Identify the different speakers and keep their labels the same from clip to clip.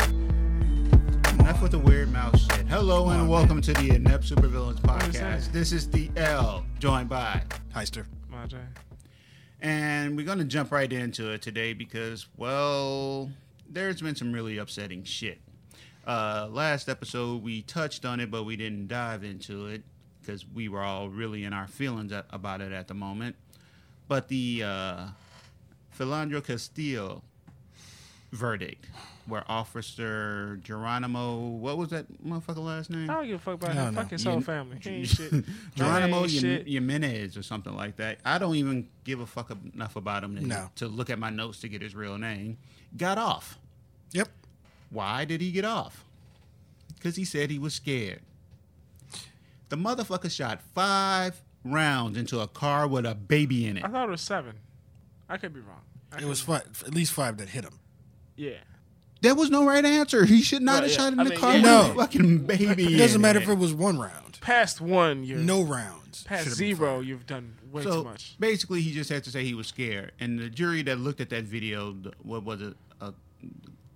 Speaker 1: Enough with the weird mouse shit. Hello and
Speaker 2: on,
Speaker 1: welcome to the Inept Supervillains
Speaker 2: is that?
Speaker 1: podcast. This is the L, joined by,
Speaker 2: Heister.
Speaker 3: My J.
Speaker 1: and we're gonna jump right into it today because, well, there's been some really upsetting shit. Uh, last episode we touched on it, but we didn't dive into it because we were all really in our feelings a- about it at the moment. But the uh, Philandro Castillo verdict, where Officer Geronimo, what was that motherfucker last name?
Speaker 3: I don't give a fuck about
Speaker 2: No,
Speaker 3: him.
Speaker 2: no.
Speaker 3: Fuck his whole
Speaker 1: You-
Speaker 3: family. He ain't shit.
Speaker 1: Geronimo
Speaker 3: Ain't shit.
Speaker 1: Jimenez or something like that. I don't even give a fuck enough about him to,
Speaker 2: No.
Speaker 1: to look at my notes to get his real name. Got off.
Speaker 2: Yep.
Speaker 1: Why did he get off? Because he said he was scared. The motherfucker shot five rounds into a car with a baby in it.
Speaker 3: I thought it was seven. I could be wrong. I
Speaker 2: It
Speaker 3: could
Speaker 2: was
Speaker 3: be-
Speaker 2: five, at least five that hit him.
Speaker 3: Yeah.
Speaker 1: There was no right answer. He should not
Speaker 3: Well,
Speaker 1: have
Speaker 3: yeah.
Speaker 1: shot in
Speaker 3: I
Speaker 1: the
Speaker 3: mean,
Speaker 1: car
Speaker 3: yeah.
Speaker 1: with a
Speaker 2: No.
Speaker 1: fucking baby.
Speaker 2: It doesn't
Speaker 1: in
Speaker 2: matter
Speaker 1: it.
Speaker 2: if it was one round,
Speaker 3: Past one, you're
Speaker 2: no rounds.
Speaker 3: past
Speaker 2: Should've been
Speaker 3: zero.
Speaker 2: five.
Speaker 3: You've done way
Speaker 1: So
Speaker 3: too much.
Speaker 1: basically, he just had to say he was scared, and the jury that looked at that video, th- what was it, a,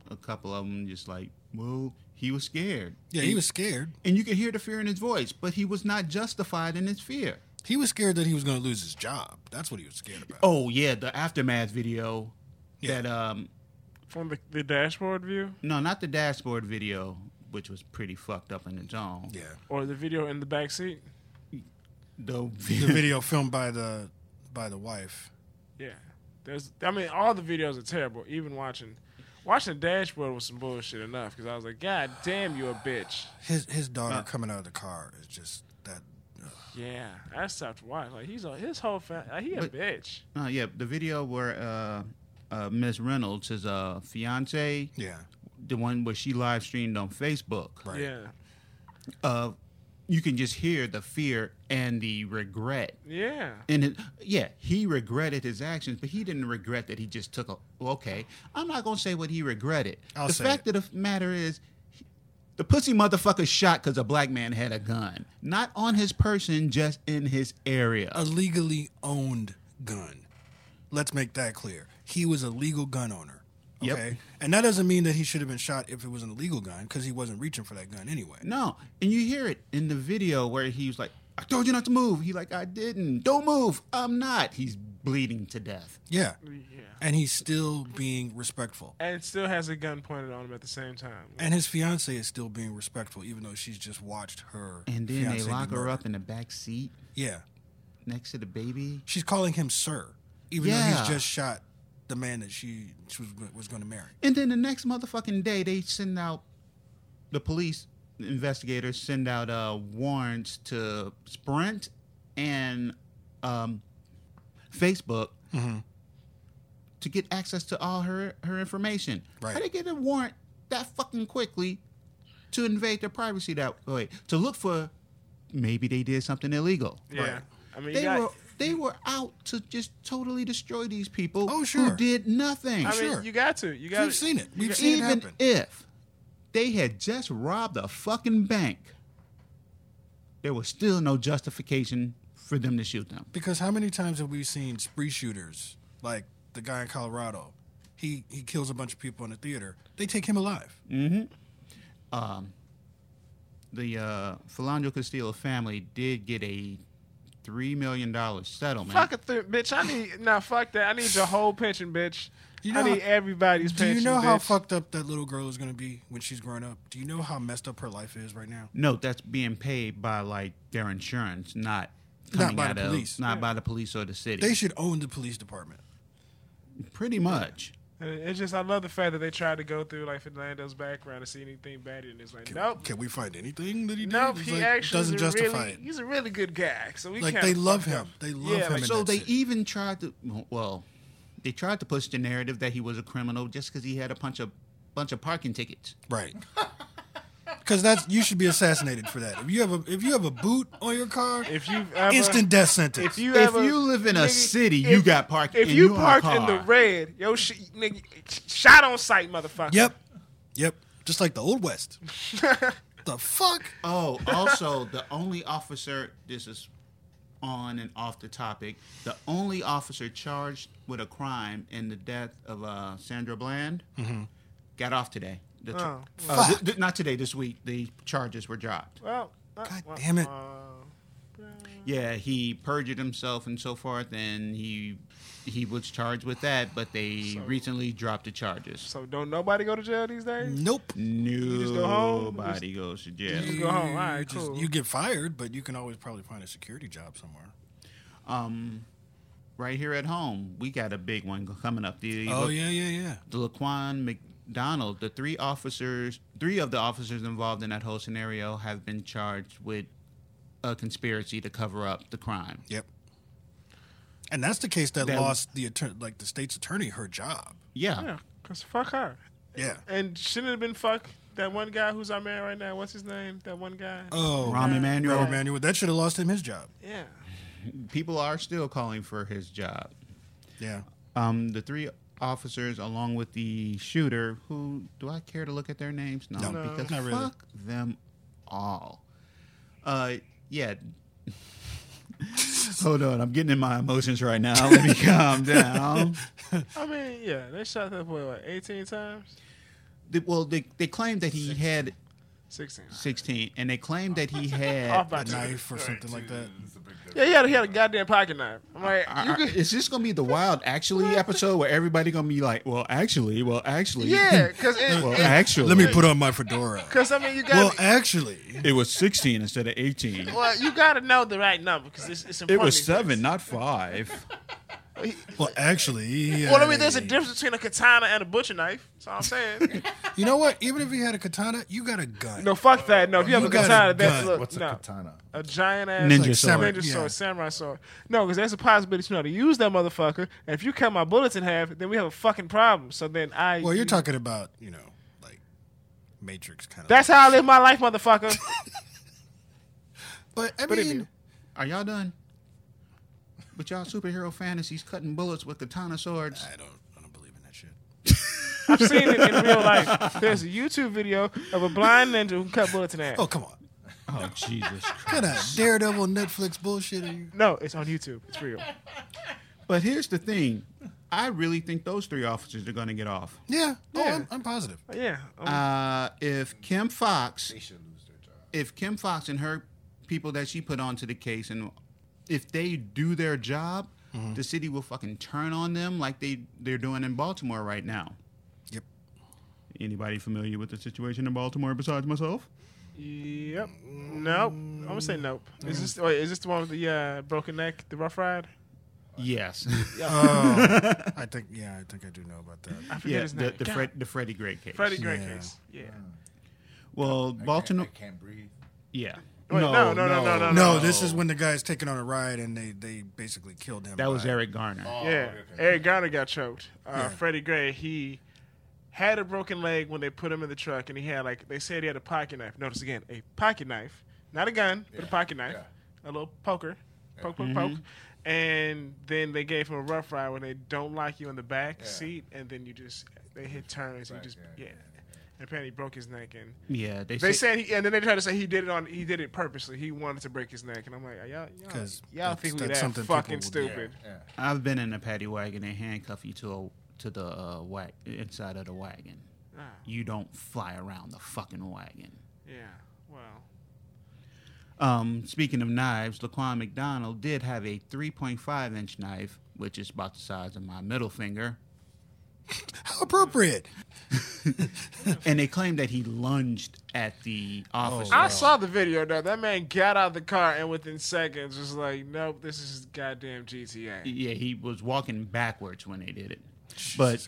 Speaker 1: a couple of them, just like, well, he was scared.
Speaker 2: Yeah, he was scared.
Speaker 1: and you could hear the fear in his voice, but he was not justified in his fear.
Speaker 2: He was scared that he was going to lose his job. That's what he was scared about.
Speaker 1: Oh yeah, the aftermath video.
Speaker 2: Yeah.
Speaker 1: That um,
Speaker 3: From the, the dashboard view
Speaker 1: no, not the dashboard video, which was pretty fucked up in its own.
Speaker 2: Yeah.
Speaker 3: or the video in the back seat.
Speaker 1: The,
Speaker 2: The video filmed by the by the wife.
Speaker 3: Yeah. There's. I mean, all the videos are terrible. Even watching, watching the dashboard was some bullshit enough because I was like, God damn, you a bitch.
Speaker 2: His his daughter coming out of the car is just that.
Speaker 3: Yeah. I stopped watching. Like he's a, his whole family. Like, he a
Speaker 1: But-
Speaker 3: bitch.
Speaker 1: uh, yeah, the video where uh, uh, Miss Reynolds, his uh, fiance,
Speaker 2: Yeah.
Speaker 1: the one where she live streamed on Facebook.
Speaker 2: Right.
Speaker 3: Yeah.
Speaker 1: uh, you can just hear the fear and the regret.
Speaker 3: Yeah.
Speaker 1: And it, yeah, he regretted his actions, but he didn't regret that he just took a. well, Okay, I'm not gonna say what he regretted.
Speaker 2: I'll
Speaker 1: the
Speaker 2: say
Speaker 1: fact of the matter is, he- the pussy motherfucker shot because a black man had a gun, not on his person, just in his area.
Speaker 2: A legally owned gun. Let's make that clear. He was a legal gun owner.
Speaker 1: Yep.
Speaker 2: Okay. And that doesn't mean that he should have been shot if it was an illegal gun because he wasn't reaching for that gun anyway.
Speaker 1: No, and you hear it in the video where he was like, "I told you not to move." He like, "I didn't. Don't move. I'm not." He's bleeding to death.
Speaker 2: Yeah.
Speaker 3: Yeah.
Speaker 2: And he's still being respectful.
Speaker 3: And still has a gun pointed on him at the same time.
Speaker 2: And his fiance is still being respectful, even though she's just watched her.
Speaker 1: And then
Speaker 2: fiance
Speaker 1: they
Speaker 2: be
Speaker 1: lock her
Speaker 2: murdered.
Speaker 1: up in the back seat
Speaker 2: Yeah,
Speaker 1: next to the baby.
Speaker 2: she's calling him sir, even though
Speaker 1: Yeah.
Speaker 2: he's just shot the man that she, she was was going to marry.
Speaker 1: And then the next motherfucking day, they send out the police investigators send out uh, warrants to Sprint and um, Facebook
Speaker 2: Mm-hmm.
Speaker 1: to get access to all her her information.
Speaker 2: Right.
Speaker 1: How they get a warrant that fucking quickly to invade their privacy that way to look for maybe they did something illegal.
Speaker 3: Yeah.
Speaker 2: Right.
Speaker 3: I mean, you
Speaker 1: They
Speaker 3: got,
Speaker 1: were they were out to just totally destroy these people
Speaker 2: Oh, sure.
Speaker 1: who did nothing.
Speaker 3: I mean,
Speaker 2: sure.
Speaker 3: you got to. You got.
Speaker 2: We've seen it. We've seen it
Speaker 1: even
Speaker 2: happen.
Speaker 1: if they had just robbed a fucking bank, there was still no justification for them to shoot them.
Speaker 2: Because how many times have we seen spree shooters like the guy in Colorado? He he kills a bunch of people in the theater. They take him alive.
Speaker 1: The uh, Philando Castillo family did get a three million dollar settlement.
Speaker 3: Fuck a th- bitch. I need nah. Fuck that. I need your whole pension, bitch.
Speaker 2: You
Speaker 3: I
Speaker 2: know
Speaker 3: need
Speaker 2: how-
Speaker 3: everybody's
Speaker 2: Do
Speaker 3: pension.
Speaker 2: you know how
Speaker 3: bitch.
Speaker 2: fucked up that little girl is going to be when she's growing up? Do you know how messed up her life is right now?
Speaker 1: Note that's being paid by like their insurance, not
Speaker 2: Not
Speaker 1: coming
Speaker 2: by
Speaker 1: out
Speaker 2: the
Speaker 1: of
Speaker 2: police.
Speaker 1: not by the police or the city.
Speaker 2: They should own the police department.
Speaker 1: Pretty much.
Speaker 3: And It's just I love the fact that they tried to go through like Fernando's background to see anything bad, and it's like nope,
Speaker 2: Can we find anything that he did?
Speaker 3: nope.
Speaker 2: It's
Speaker 3: He
Speaker 2: like,
Speaker 3: actually
Speaker 2: doesn't
Speaker 3: is a
Speaker 2: justify
Speaker 3: really,
Speaker 2: it.
Speaker 3: He's a really good guy. So we
Speaker 2: Like
Speaker 3: can't
Speaker 2: they love him. They love
Speaker 3: Yeah,
Speaker 2: him.
Speaker 3: like,
Speaker 2: and
Speaker 1: So
Speaker 2: that's
Speaker 1: they
Speaker 2: it.
Speaker 1: even tried to well, they tried to push the narrative that he was a criminal just because he had a bunch of bunch of parking tickets.
Speaker 2: right Because that's you should be assassinated for that. If you have a if you have a boot on your car,
Speaker 3: If you've ever,
Speaker 2: instant death sentence.
Speaker 3: if you
Speaker 1: If
Speaker 3: ever-
Speaker 1: you live in a
Speaker 3: nigga,
Speaker 1: city,
Speaker 3: if-
Speaker 1: you got parked.
Speaker 3: If
Speaker 1: and
Speaker 3: you
Speaker 1: own a
Speaker 3: parked in the
Speaker 1: car.
Speaker 3: red, yo, sh- nigga, sh- shot on sight, motherfucker.
Speaker 2: Yep. Yep. Just like the old west. the fuck?
Speaker 1: Oh, also the only officer. This is on and off the topic. The only officer charged with a crime in the death of uh, Sandra Bland got off today. The tr-
Speaker 3: Oh,
Speaker 1: uh, th- th- not today. This week, the charges were dropped.
Speaker 3: Well, uh,
Speaker 2: God
Speaker 3: well,
Speaker 2: damn it.
Speaker 3: uh,
Speaker 1: Yeah, he perjured himself and so forth, and he he was charged with that. But they recently dropped the charges.
Speaker 3: so don't nobody go to jail these days.
Speaker 2: Nope.
Speaker 1: Nobody
Speaker 3: just go home?
Speaker 1: goes to jail.
Speaker 3: You go home. All right,
Speaker 2: You just-
Speaker 3: cool.
Speaker 2: You get fired, but you can always probably find a security job somewhere.
Speaker 1: Um, right here at home, we got a big one coming up. The
Speaker 2: Oh yeah, yeah, yeah.
Speaker 1: the Laquan McDonald, the three officers, three of the officers involved in that whole scenario have been charged with a conspiracy to cover up the crime.
Speaker 2: Yep. And that's the case that,
Speaker 1: That-
Speaker 2: lost the attorney, like the state's attorney, her job.
Speaker 1: Yeah.
Speaker 3: Yeah, cause fuck her.
Speaker 2: Yeah.
Speaker 3: And shouldn't it have been fuck that one guy who's our man right now. What's his name? That one guy.
Speaker 1: Uh,
Speaker 2: Oh,
Speaker 1: Rahm Emanuel.
Speaker 2: Rahm Emanuel. That should have lost him his job.
Speaker 3: yeah.
Speaker 1: People are still calling for his job.
Speaker 2: Yeah.
Speaker 1: Um, the three officers, along with the shooter, who do I care to look at their names? No,
Speaker 2: No, No.
Speaker 1: because
Speaker 2: not really.
Speaker 1: fuck them all. Uh, yeah. Hold on, I'm getting in my emotions right now. Let me calm down.
Speaker 3: I mean, yeah, they shot that boy what, eighteen times,
Speaker 1: The- well, they they claimed that he had
Speaker 3: sixteen.
Speaker 1: 16, and they claimed that he
Speaker 3: Off
Speaker 1: had.
Speaker 3: by
Speaker 2: A
Speaker 3: two.
Speaker 2: knife or something like that.
Speaker 3: Yeah, he had, he had a goddamn pocket knife. I'm like, you
Speaker 1: Are-
Speaker 3: could,
Speaker 1: uh, is this gonna be the wild actually episode where everybody gonna be like, well, actually, well, actually,
Speaker 3: yeah, cause it,
Speaker 1: well,
Speaker 3: it-
Speaker 1: actually,
Speaker 2: Let me put on my fedora.
Speaker 3: cause I mean, you got.
Speaker 2: Well, actually,
Speaker 1: It was 16 instead of 18.
Speaker 3: Well, you gotta know the right number because it's, it's important.
Speaker 1: It was seven, not five.
Speaker 2: well, actually.
Speaker 3: Well, I mean, there's a
Speaker 2: I-
Speaker 3: difference between a katana and a butcher knife. That's all I'm saying.
Speaker 2: You know what? Even if he had a katana, you got a gun.
Speaker 3: no, fuck that. No, if you have
Speaker 2: You
Speaker 3: a
Speaker 2: got a
Speaker 3: katana, that's
Speaker 2: gun.
Speaker 3: look,
Speaker 4: What's a
Speaker 3: no.
Speaker 4: katana?
Speaker 3: A giant ass
Speaker 1: Ninja
Speaker 3: like,
Speaker 1: sword.
Speaker 3: ninja
Speaker 2: Yeah.
Speaker 3: sword, samurai sword. No, because there's a possibility you know how to use that motherfucker. And if you cut my bullets in half, then we have a fucking problem. So then I.
Speaker 2: Well, you're talking about you know like Matrix kind of.
Speaker 3: That's how I live my life, motherfucker.
Speaker 2: But I
Speaker 3: But it
Speaker 2: mean,
Speaker 3: is.
Speaker 1: Are y'all done? But y'all superhero fantasies cutting bullets with katana swords.
Speaker 2: I don't. I don't believe in that shit.
Speaker 3: I've seen it in real life. There's a YouTube video of a blind ninja who cut bullets in half.
Speaker 2: Oh come on.
Speaker 1: Oh Jesus!
Speaker 2: Kind of daredevil Netflix bullshit. Are you?
Speaker 3: No, it's on YouTube. It's real.
Speaker 1: But here's the thing, I really think those three officers are gonna get off.
Speaker 2: Yeah. No,
Speaker 3: Yeah.
Speaker 2: I'm, I'm positive.
Speaker 3: Yeah. Um,
Speaker 2: Ah.
Speaker 1: Uh, if Kim Fox,
Speaker 4: They should lose their job.
Speaker 1: if Kim Fox and her people that she put onto the case, and if they do their job,
Speaker 3: Mm-hmm.
Speaker 1: the city will fucking turn on them like they they're doing in Baltimore right now.
Speaker 2: Yep.
Speaker 1: Anybody familiar with the situation in Baltimore besides myself?
Speaker 3: Yep. Nope. I'm gonna say nope. Is this wait, is this the one with the uh, broken neck, the rough ride?
Speaker 1: Yes.
Speaker 2: Oh, I think. Yeah, I think I do know about that.
Speaker 3: I forget
Speaker 1: yeah,
Speaker 3: his name.
Speaker 1: the, the,
Speaker 3: God,
Speaker 1: Fred, the Freddie Gray case.
Speaker 3: Freddie Gray
Speaker 2: Yeah.
Speaker 3: case. Yeah.
Speaker 1: Well,
Speaker 4: I
Speaker 1: Baltimore.
Speaker 4: Can't, I can't breathe.
Speaker 1: Yeah.
Speaker 3: Wait, no, no, no, no,
Speaker 2: No, this is when the guy's taking on a ride and they they basically killed him.
Speaker 1: That was
Speaker 2: by-
Speaker 1: Eric Garner.
Speaker 3: yeah.
Speaker 4: Oh, okay.
Speaker 3: Eric Garner got choked. Uh,
Speaker 2: Yeah.
Speaker 3: Freddie Gray, he had a broken leg when they put him in the truck, and he had like they said he had a pocket knife. Notice again, a pocket knife, not a gun, but a
Speaker 4: Yeah.
Speaker 3: pocket knife, a little poker, poke, poke,
Speaker 2: Mm-hmm.
Speaker 3: poke. And then they gave him a rough ride when they don't lock you in the back
Speaker 4: Yeah.
Speaker 3: seat, and then you just they hit turns, and you
Speaker 4: Right,
Speaker 3: just yeah.
Speaker 4: yeah, yeah,
Speaker 3: And apparently he broke his neck and.
Speaker 1: Yeah, they,
Speaker 3: They
Speaker 1: say-
Speaker 3: said, he, and then they tried to say he did it on. He did it purposely. He wanted to break his neck, and I'm like, y'all, y'all,
Speaker 2: 'Cause
Speaker 3: y'all
Speaker 2: that's-
Speaker 3: think we
Speaker 2: that's
Speaker 3: that
Speaker 2: something people
Speaker 3: fucking
Speaker 2: would do.
Speaker 3: stupid?
Speaker 4: Yeah.
Speaker 1: I've been in a paddy wagon and handcuff you to a to the uh, wag- inside of the wagon.
Speaker 3: Yeah.
Speaker 1: You don't fly around the fucking wagon.
Speaker 3: yeah. Well,
Speaker 1: Um, speaking of knives, Laquan McDonald did have a 3.5 inch knife, which is about the size of my middle finger.
Speaker 2: How appropriate.
Speaker 1: And they claim that he lunged at the officer.
Speaker 3: I saw the video though. That man got out of the car and within seconds was like, nope, this is goddamn GTA.
Speaker 1: Yeah, he was walking backwards when they did it. but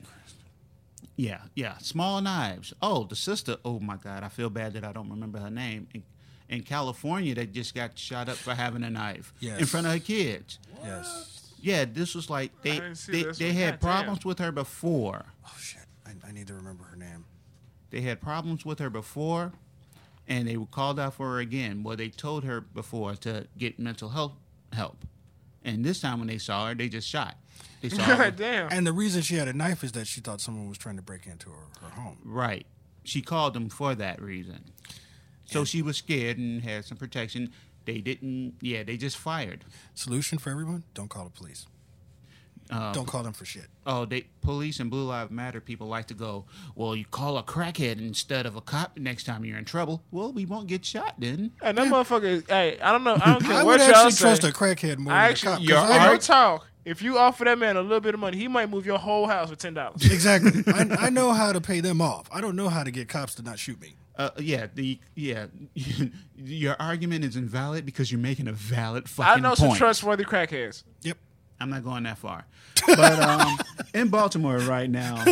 Speaker 1: yeah, yeah, small knives. Oh, the sister. Oh my God, I feel bad that I don't remember her name. In, in California, that just got shot up for having a knife in
Speaker 2: Yes.
Speaker 1: front of her kids.
Speaker 2: Yes.
Speaker 1: Yeah, this was like they
Speaker 3: didn't see
Speaker 1: they,
Speaker 3: this
Speaker 1: they
Speaker 3: one.
Speaker 1: had
Speaker 3: Goddamn.
Speaker 1: problems with her before.
Speaker 2: Oh shit. I, I need to remember her name.
Speaker 1: They had problems with her before, and they called out for her again. Well, they told her before to get mental health help, and this time when they saw her, they just shot. They saw her.
Speaker 3: Damn.
Speaker 2: And the reason she had a knife is that she thought someone was trying to break into her, her home.
Speaker 1: Right. She called them for that reason. So she was scared and had some protection. They didn't. Yeah, they just fired.
Speaker 2: Solution for everyone: don't call the police.
Speaker 1: Um,
Speaker 2: don't call them for shit.
Speaker 1: Oh, they police and Blue Lives Matter people like to go. Well, you call a crackhead instead of a cop next time you're in trouble. Well, we won't get shot then.
Speaker 3: And that motherfucker. Is, hey, I don't know. I don't care
Speaker 2: I
Speaker 3: what
Speaker 2: would
Speaker 3: y'all
Speaker 2: actually
Speaker 3: say.
Speaker 2: trust a crackhead more
Speaker 3: I
Speaker 2: than a
Speaker 3: actually,
Speaker 2: cop. 'cause
Speaker 3: yo,
Speaker 2: I
Speaker 3: I
Speaker 2: know-
Speaker 3: talk. If you offer that man a little bit of money, he might move your whole house for ten dollars.
Speaker 2: exactly. I, I know how to pay them off. I don't know how to get cops to not shoot me.
Speaker 1: Uh, yeah, the yeah, your argument is invalid because you're making a valid fucking
Speaker 3: I know
Speaker 1: point.
Speaker 3: some trustworthy crackheads.
Speaker 2: Yep.
Speaker 1: I'm not going that far. But um, in Baltimore right now,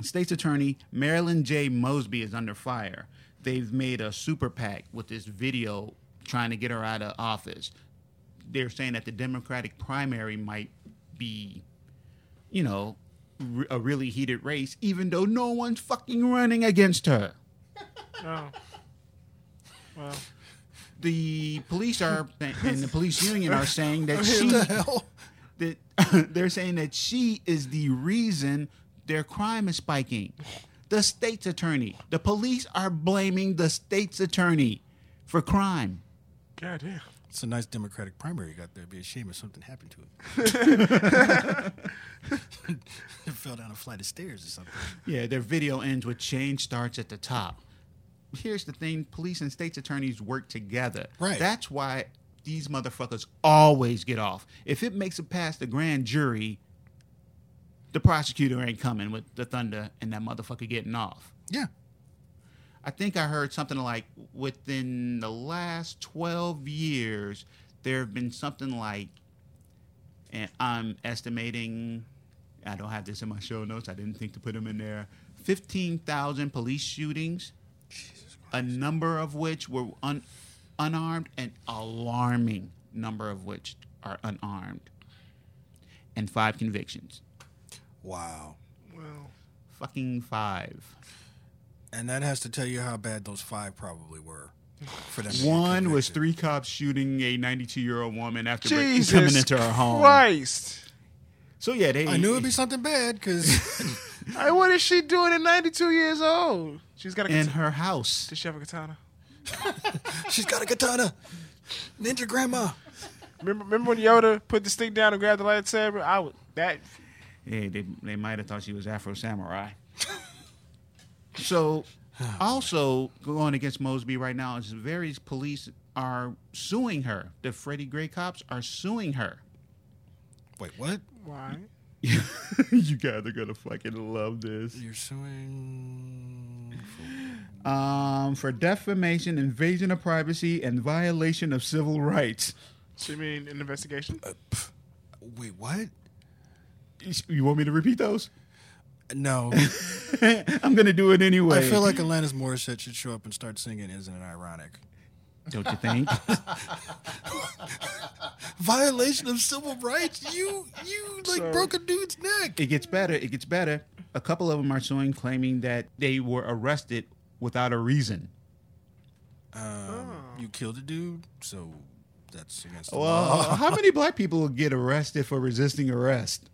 Speaker 1: state's attorney Marilyn J. Mosby is under fire. They've made a super PAC with this video trying to get her out of office. They're saying that the Democratic primary might be, you know, re- a really heated race, even though no one's fucking running against her.
Speaker 3: No. Well,
Speaker 1: The police are and the police union are saying that she
Speaker 2: the hell?
Speaker 1: that they're saying that she is the reason their crime is spiking. The state's attorney. The police are blaming the state's attorney for crime.
Speaker 3: goddamn.
Speaker 2: It's a nice Democratic primary you got there. It'd be a shame if something happened to it. it fell down a flight of stairs or something.
Speaker 1: Yeah, their video ends with change starts at the top. Here's the thing police and state's attorneys work together.
Speaker 2: Right.
Speaker 1: That's why these motherfuckers always get off. If it makes it past the grand jury, the prosecutor ain't coming with the thunder and that motherfucker getting off.
Speaker 2: Yeah.
Speaker 1: I think I heard something like within the last 12 years, there have been something like, and I'm estimating, I don't have this in my show notes, I didn't think to put them in there, 15,000 police shootings, a number of which were un- unarmed, an alarming number of which are unarmed, and five convictions.
Speaker 2: Wow.
Speaker 3: Well,
Speaker 1: Fucking five.
Speaker 2: And that has to tell you how bad those five probably were. For them to get
Speaker 1: One was
Speaker 2: convicted.
Speaker 1: three cops shooting a 92 year old woman after break-
Speaker 3: Jesus
Speaker 1: coming into her home.
Speaker 3: Christ.
Speaker 1: So yeah, they.
Speaker 2: I knew it'd be something bad because
Speaker 3: Hey, what is she doing at 92 years old? She's got a
Speaker 1: in
Speaker 3: katana.
Speaker 1: her house.
Speaker 3: Does she have a katana?
Speaker 2: she's got a katana. Ninja grandma.
Speaker 3: Remember, remember when Yoda put the stick down and grabbed the lightsaber? I was that.
Speaker 1: Yeah, they they might have thought she was Afro Samurai. so, also going against Mosby right now is various police are suing her. The Freddie Gray cops are suing her.
Speaker 2: Wait, what?
Speaker 3: Why?
Speaker 1: you guys are gonna fucking love this.
Speaker 2: You're suing.
Speaker 1: Um, for defamation, invasion of privacy, and violation of civil rights.
Speaker 3: So you mean an investigation?
Speaker 2: Wait, what?
Speaker 1: You want me to repeat those?
Speaker 2: No.
Speaker 1: I'm gonna do it anyway.
Speaker 2: I feel like Alanis Morissette should show up and start singing Isn't It Ironic?
Speaker 1: don't you think?
Speaker 2: Violation of civil rights? You, you like
Speaker 3: So-
Speaker 2: broke a dude's neck.
Speaker 1: it gets better. It gets better. A couple of them are suing, claiming that they were arrested without a reason.
Speaker 2: Um, You killed a dude, so that's against the law.
Speaker 1: Well, uh, how many black people get arrested for resisting arrest,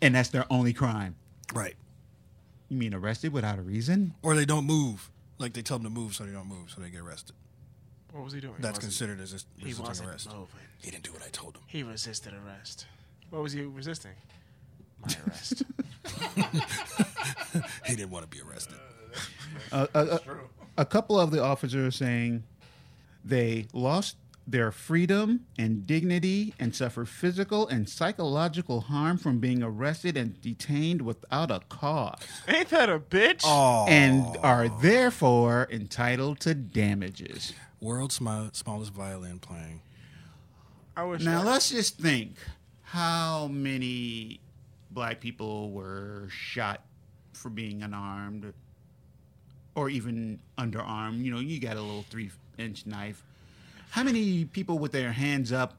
Speaker 1: and that's their only crime?
Speaker 2: Right.
Speaker 1: You mean arrested without a reason?
Speaker 2: Or they don't move. Like they tell them to move, so they don't move, so they get arrested.
Speaker 3: What was he doing?
Speaker 2: That's
Speaker 3: He wasn't-
Speaker 2: considered as a
Speaker 3: He
Speaker 2: resisting
Speaker 3: wasn't
Speaker 2: arrest.
Speaker 3: moving.
Speaker 2: He didn't do what I told him.
Speaker 3: He resisted arrest. What was he resisting? My arrest.
Speaker 2: He didn't want to be arrested.
Speaker 1: A couple of the officers are saying they lost their freedom and dignity and suffer physical and psychological harm from being arrested and detained without a cause.
Speaker 3: Ain't that a bitch?
Speaker 2: Oh,
Speaker 1: and are therefore entitled to damages.
Speaker 2: world's smi- smallest violin playing.
Speaker 3: I wish.
Speaker 1: Now
Speaker 3: I-
Speaker 1: let's just think how many black people were shot for being unarmed or even underarmed. You know, you got a little three inch knife. How many people with their hands up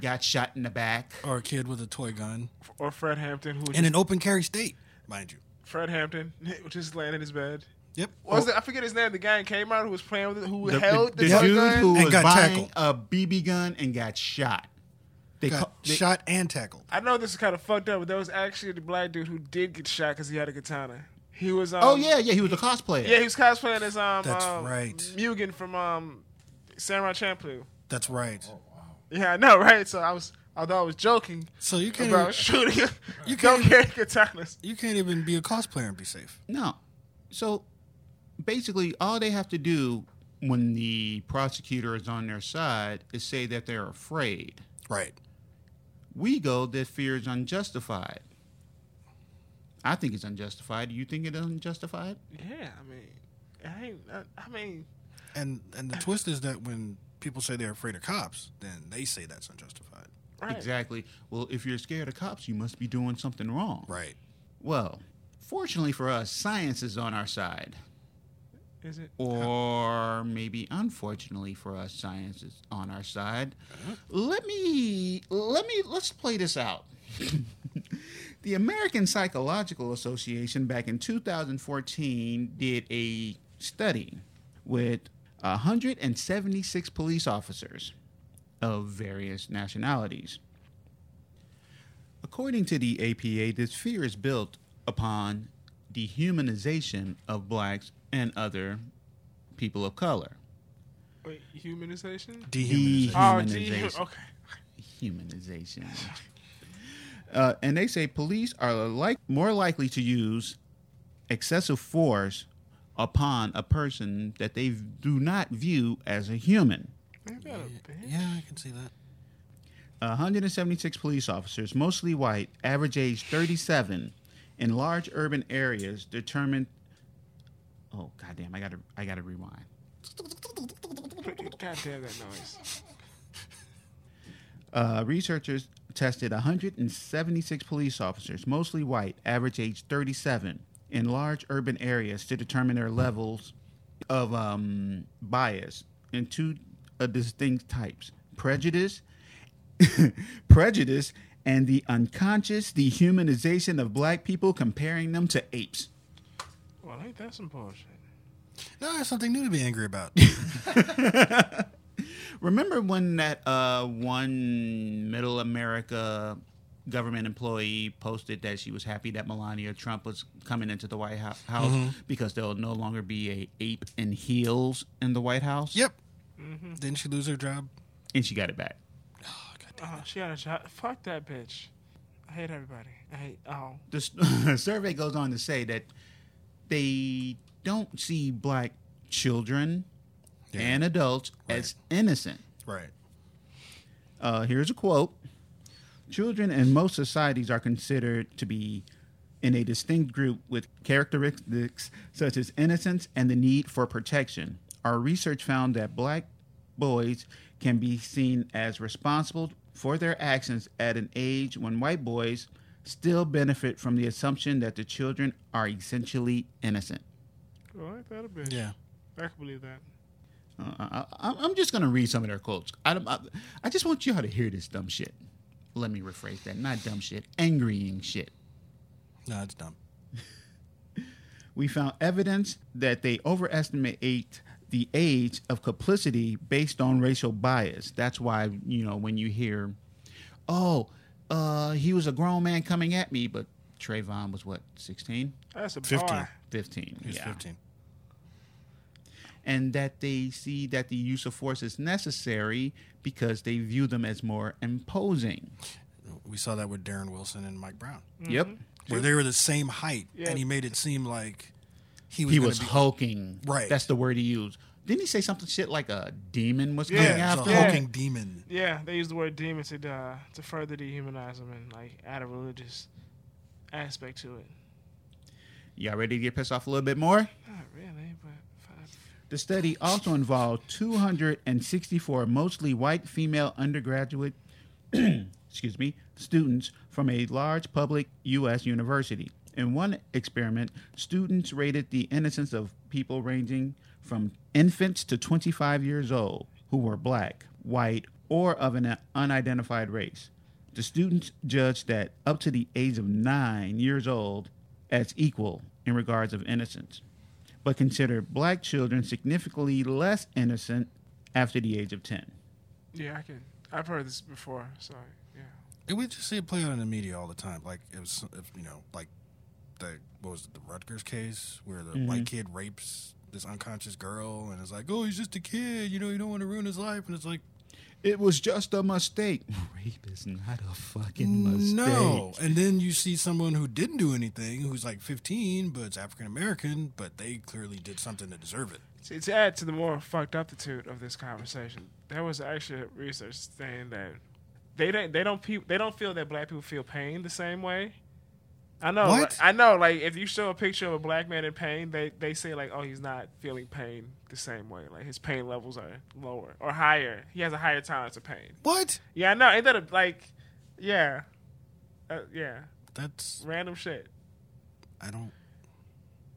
Speaker 1: got shot in the back?
Speaker 2: Or a kid with a toy gun
Speaker 3: or Fred Hampton, who
Speaker 2: in
Speaker 3: just,
Speaker 2: an open carry state, mind you.
Speaker 3: Fred Hampton, who just laying in his bed.
Speaker 2: Yep.
Speaker 3: What was it? I forget his name. The guy in came out who was playing with it, who
Speaker 1: The,
Speaker 3: held the,
Speaker 1: the
Speaker 3: the
Speaker 1: dude
Speaker 3: gun.
Speaker 1: who
Speaker 2: And
Speaker 1: was
Speaker 2: got
Speaker 1: buying
Speaker 2: tackled.
Speaker 1: a BB gun and got shot. They,
Speaker 2: Got
Speaker 1: ca- they-
Speaker 2: shot and tackled.
Speaker 3: I know this is kind of fucked up, but there was actually the black dude who did get shot because he had a katana. He was. Um,
Speaker 1: Oh yeah, yeah, he was a cosplayer.
Speaker 3: Yeah, he was cosplaying as um.
Speaker 2: That's
Speaker 3: um,
Speaker 2: right.
Speaker 3: Mugen from um, Samurai Champloo.
Speaker 2: That's right.
Speaker 3: Yeah, I know, right? So I was, although I was joking
Speaker 2: So you can't
Speaker 3: about
Speaker 2: even,
Speaker 3: shooting. You
Speaker 2: You
Speaker 3: don't
Speaker 2: can't-
Speaker 3: carry katanas.
Speaker 2: you can't even be a cosplayer and be safe.
Speaker 1: No. So basically, all they have to do when the prosecutor is on their side is say that they're afraid.
Speaker 2: Right.
Speaker 1: We go that fear is unjustified. I think it's unjustified. You think it's unjustified?
Speaker 3: Yeah, I mean, I ain't. I, I mean,
Speaker 2: And and the twist is that when people say they're afraid of cops, then they say that's unjustified.
Speaker 3: right?
Speaker 1: Exactly. Well, if you're scared of cops, you must be doing something wrong.
Speaker 2: Right.
Speaker 1: Well, fortunately for us, science is on our side.
Speaker 3: Is it?
Speaker 1: Or maybe unfortunately for us, science is on our side. Let me let me let's play this out. the American Psychological Association back in 2014 did a study with 176 police officers of various nationalities. According to the APA, this fear is built upon dehumanization of blacks and other people of color.
Speaker 3: Wait, humanization?
Speaker 2: Dehumanization.
Speaker 3: Oh, gee,
Speaker 1: Humanization.
Speaker 3: okay.
Speaker 1: Humanization. Uh, and they say police are like more likely to use excessive force upon a person that they do not view as a human.
Speaker 3: Ain't that a bitch?
Speaker 2: yeah, I can see that.
Speaker 1: 176 police officers, mostly white, average age 37, in large urban areas determined. Oh goddamn! I gotta, I gotta rewind.
Speaker 3: God damn that noise.
Speaker 1: Uh, researchers tested 176 police officers, mostly white, average age 37, in large urban areas to determine their levels of um, bias in two uh, distinct types prejudice, prejudice, and the unconscious dehumanization of black people, comparing them to apes.
Speaker 3: Well, ain't that some bullshit?
Speaker 2: No, that's something new to be angry about.
Speaker 1: Remember when that uh, one middle America government employee posted that she was happy that Melania Trump was coming into the White Hou- House
Speaker 2: Mm-hmm.
Speaker 1: because there'll no longer be a ape in heels in the White House?
Speaker 2: yep.
Speaker 3: Mm-hmm.
Speaker 2: Didn't she lose her job?
Speaker 1: And she got it back.
Speaker 3: Oh, she got a job. Fuck that bitch. I hate everybody. I hate. Oh,
Speaker 1: The s- survey goes on to say that they don't see black children
Speaker 2: Yeah.
Speaker 1: and adults as innocent.
Speaker 2: Right.
Speaker 1: Uh, here's a quote Children in most societies are considered to be in a distinct group with characteristics such as innocence and the need for protection. Our research found that black boys can be seen as responsible for their actions at an age when white boys still benefit from the assumption that the children are essentially innocent.
Speaker 3: well, ain't that a bitch?
Speaker 2: Yeah.
Speaker 3: I can believe that.
Speaker 1: Uh, I, I, I'm just gonna read some of their quotes. I, don't- I, I just want y'all to hear this dumb shit. Let me rephrase that. Not dumb shit. Angrying shit.
Speaker 2: No, it's dumb.
Speaker 1: We found evidence that they overestimate the age of complicity based on racial bias. That's why you know when you hear, "Oh, uh, he was a grown man coming at me," but Trayvon was what 16,
Speaker 3: That's a
Speaker 2: 15.
Speaker 3: bar.
Speaker 1: 15.
Speaker 2: He's
Speaker 1: yeah.
Speaker 2: 15.
Speaker 1: and that they see that the use of force is necessary because they view them as more imposing.
Speaker 2: We saw that with Darren Wilson and Mike Brown,
Speaker 1: Yep.
Speaker 2: where they were the same height,
Speaker 3: Mm-hmm. Yeah.
Speaker 2: and he made it seem like he was.
Speaker 1: He
Speaker 2: gonna
Speaker 1: was
Speaker 2: be,
Speaker 1: hulking.
Speaker 2: Right.
Speaker 1: That's the word he used. Didn't he say something shit like a demon was
Speaker 3: Yeah,
Speaker 1: coming
Speaker 2: yeah, it was
Speaker 1: after
Speaker 2: a
Speaker 3: Yeah.
Speaker 1: him?
Speaker 2: hulking demon.
Speaker 3: Yeah, they use the word demon to uh, to further dehumanize them and like add a religious aspect to it.
Speaker 1: Y'all ready to get pissed off a little bit more?
Speaker 3: Not really, but fuck.
Speaker 1: The study also involved 264 mostly white female undergraduate excuse me, students from a large public US university. In one experiment, students rated the innocence of people ranging from infants to 25 years old who were black, white, or of an unidentified race. The students judged that up to the age of 9 years old as equal in regards of innocence. but considered black children significantly less innocent after the age of 10.
Speaker 3: Yeah, I can. I've heard this before. So yeah.
Speaker 2: And we just see it play out in the media all the time. Like it was, it, you know, like the what was it, the Rutgers case where the white kid rapes this unconscious girl, and it's like, oh, he's just a kid. You know, you don't want to ruin his life, and it's like,
Speaker 1: It was just a mistake. Rape is not a fucking mistake.
Speaker 2: no. And then you see someone who didn't do anything, who's like 15, but it's African American, but they clearly did something to deserve it.
Speaker 3: See, to add to the more fucked upitude of this conversation, there was actually research saying that they don't they don't pe- they don't feel that black people feel pain the same way. I know,
Speaker 2: What?
Speaker 3: like- I know. Like if you show a picture of a black man in pain, they they say like, oh, he's not feeling pain the same way. Like his pain levels are lower or higher. He has a higher tolerance of pain.
Speaker 2: What?
Speaker 3: Yeah, I know. Ain't that a, like, yeah, uh, yeah,
Speaker 2: That's
Speaker 3: random shit.
Speaker 2: I don't.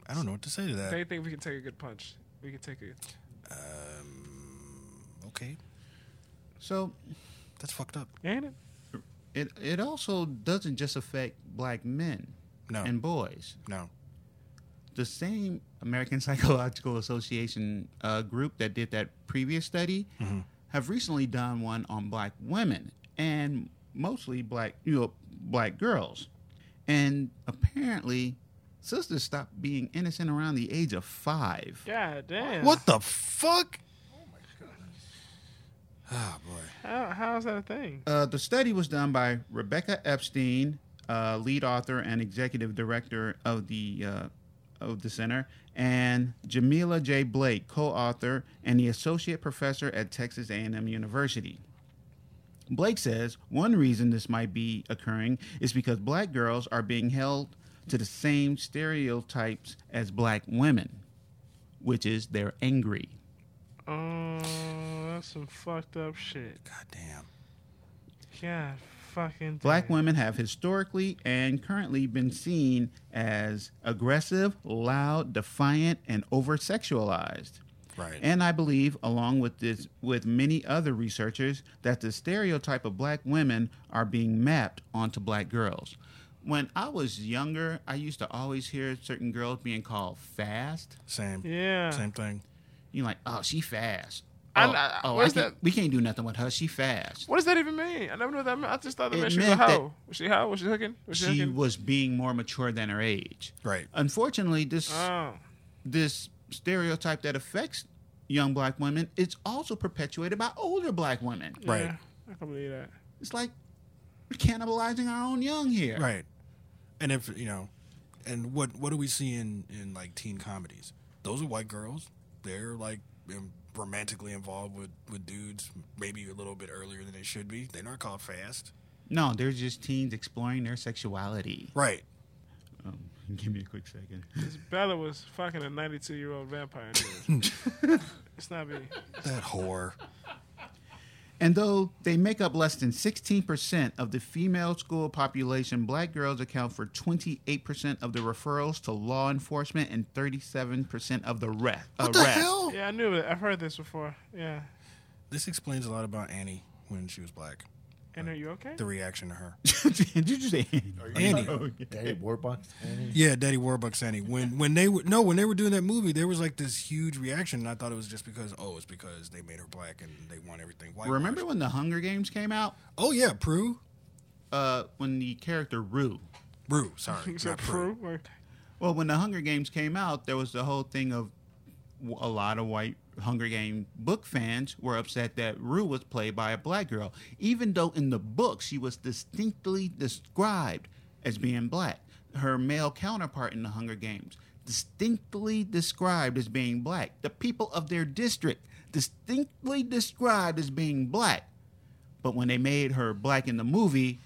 Speaker 2: I don't know what to say to that.
Speaker 3: They think we can take a good punch. We can take a.
Speaker 2: okay,
Speaker 1: So
Speaker 2: that's fucked up.
Speaker 3: Ain't it?
Speaker 1: it it also doesn't just affect black men
Speaker 2: No,
Speaker 1: and boys.
Speaker 2: no.
Speaker 1: The same American Psychological Association uh, group that did that previous study have recently done one on black women and mostly black you know black girls, and apparently sisters stopped being innocent around the age of five.
Speaker 3: God damn.
Speaker 2: What the fuck? Oh my god. Oh boy.
Speaker 3: How, how is that a thing?
Speaker 1: Uh, the study was done by Rebecca Epstein, uh, lead author and executive director of the uh, of the center, and Jamila J. Blake, co-author and the associate professor at Texas A&M University. Blake says one reason this might be occurring is because black girls are being held to the same stereotypes as black women, which is they're angry.
Speaker 3: Oh, that's some fucked up shit.
Speaker 2: God damn.
Speaker 3: God fucking.
Speaker 1: Black
Speaker 3: damn.
Speaker 1: women have historically and currently been seen as aggressive, loud, defiant, and over sexualized.
Speaker 2: Right.
Speaker 1: And I believe, along with this, with many other researchers, that the stereotype of black women are being mapped onto black girls. When I was younger, I used to always hear certain girls being called fast.
Speaker 2: same.
Speaker 3: Yeah.
Speaker 2: Same thing.
Speaker 1: You're like, oh, she fast. Oh,
Speaker 3: I- I-
Speaker 1: oh, I
Speaker 3: where's
Speaker 1: can't-
Speaker 3: that-
Speaker 1: we can't do nothing with her. She fast.
Speaker 3: What does that even mean? I never knew what that meant. I just thought that
Speaker 1: It
Speaker 3: meant she was a
Speaker 1: meant that-
Speaker 3: hoe. Was she a hoe? Was she hooking? Was she,
Speaker 1: She
Speaker 3: hooking?
Speaker 1: was being more mature than her age.
Speaker 2: Right.
Speaker 1: Unfortunately, this
Speaker 3: oh.
Speaker 1: this stereotype that affects young black women it's also perpetuated by older black women
Speaker 2: Right.
Speaker 3: Yeah, I can believe that.
Speaker 1: it's like we're cannibalizing our own young here
Speaker 2: Right. And if you know, and what what do we see in in like teen comedies? Those are white girls. They're like um, romantically involved with with dudes, maybe a little bit earlier than they should be. They're not called fast.
Speaker 1: no they're just teens exploring their sexuality
Speaker 2: Right.
Speaker 1: give me a quick second
Speaker 3: This Bella was fucking a 92 year old vampire. dude. it's not me.
Speaker 2: That whore.
Speaker 1: and though they make up less than 16% of the female school population black girls account for 28% of the referrals to law enforcement and 37% of the uh, re-
Speaker 2: What the
Speaker 1: arrests
Speaker 2: hell?
Speaker 3: Yeah, I knew it. I've heard this before. Yeah.
Speaker 2: This explains a lot about Annie when she was black.
Speaker 3: And are you okay?
Speaker 2: The reaction to her.
Speaker 1: did you say Oh,
Speaker 2: Andy.
Speaker 4: Daddy Warbucks. Andy.
Speaker 2: Yeah, Daddy Warbucks Annie. When when they were no, when they were doing that movie, there was like this huge reaction, and I thought it was just because oh, it's because they made her black and they want everything white.
Speaker 1: remember when the hunger games came out
Speaker 2: Oh yeah, Prue.
Speaker 1: uh, when the character Rue.
Speaker 2: Prue. Sorry,
Speaker 3: Is
Speaker 2: not
Speaker 3: that
Speaker 2: Prue.
Speaker 3: true? Or-
Speaker 1: Well, when the Hunger Games came out, there was the whole thing of w- a lot of white Hunger Game book fans were upset that Rue was played by a black girl, even though in the book she was distinctly described as being black. Her male counterpart in the Hunger Games distinctly described as being black. The people of their district distinctly described as being black. But when they made her black in the movie,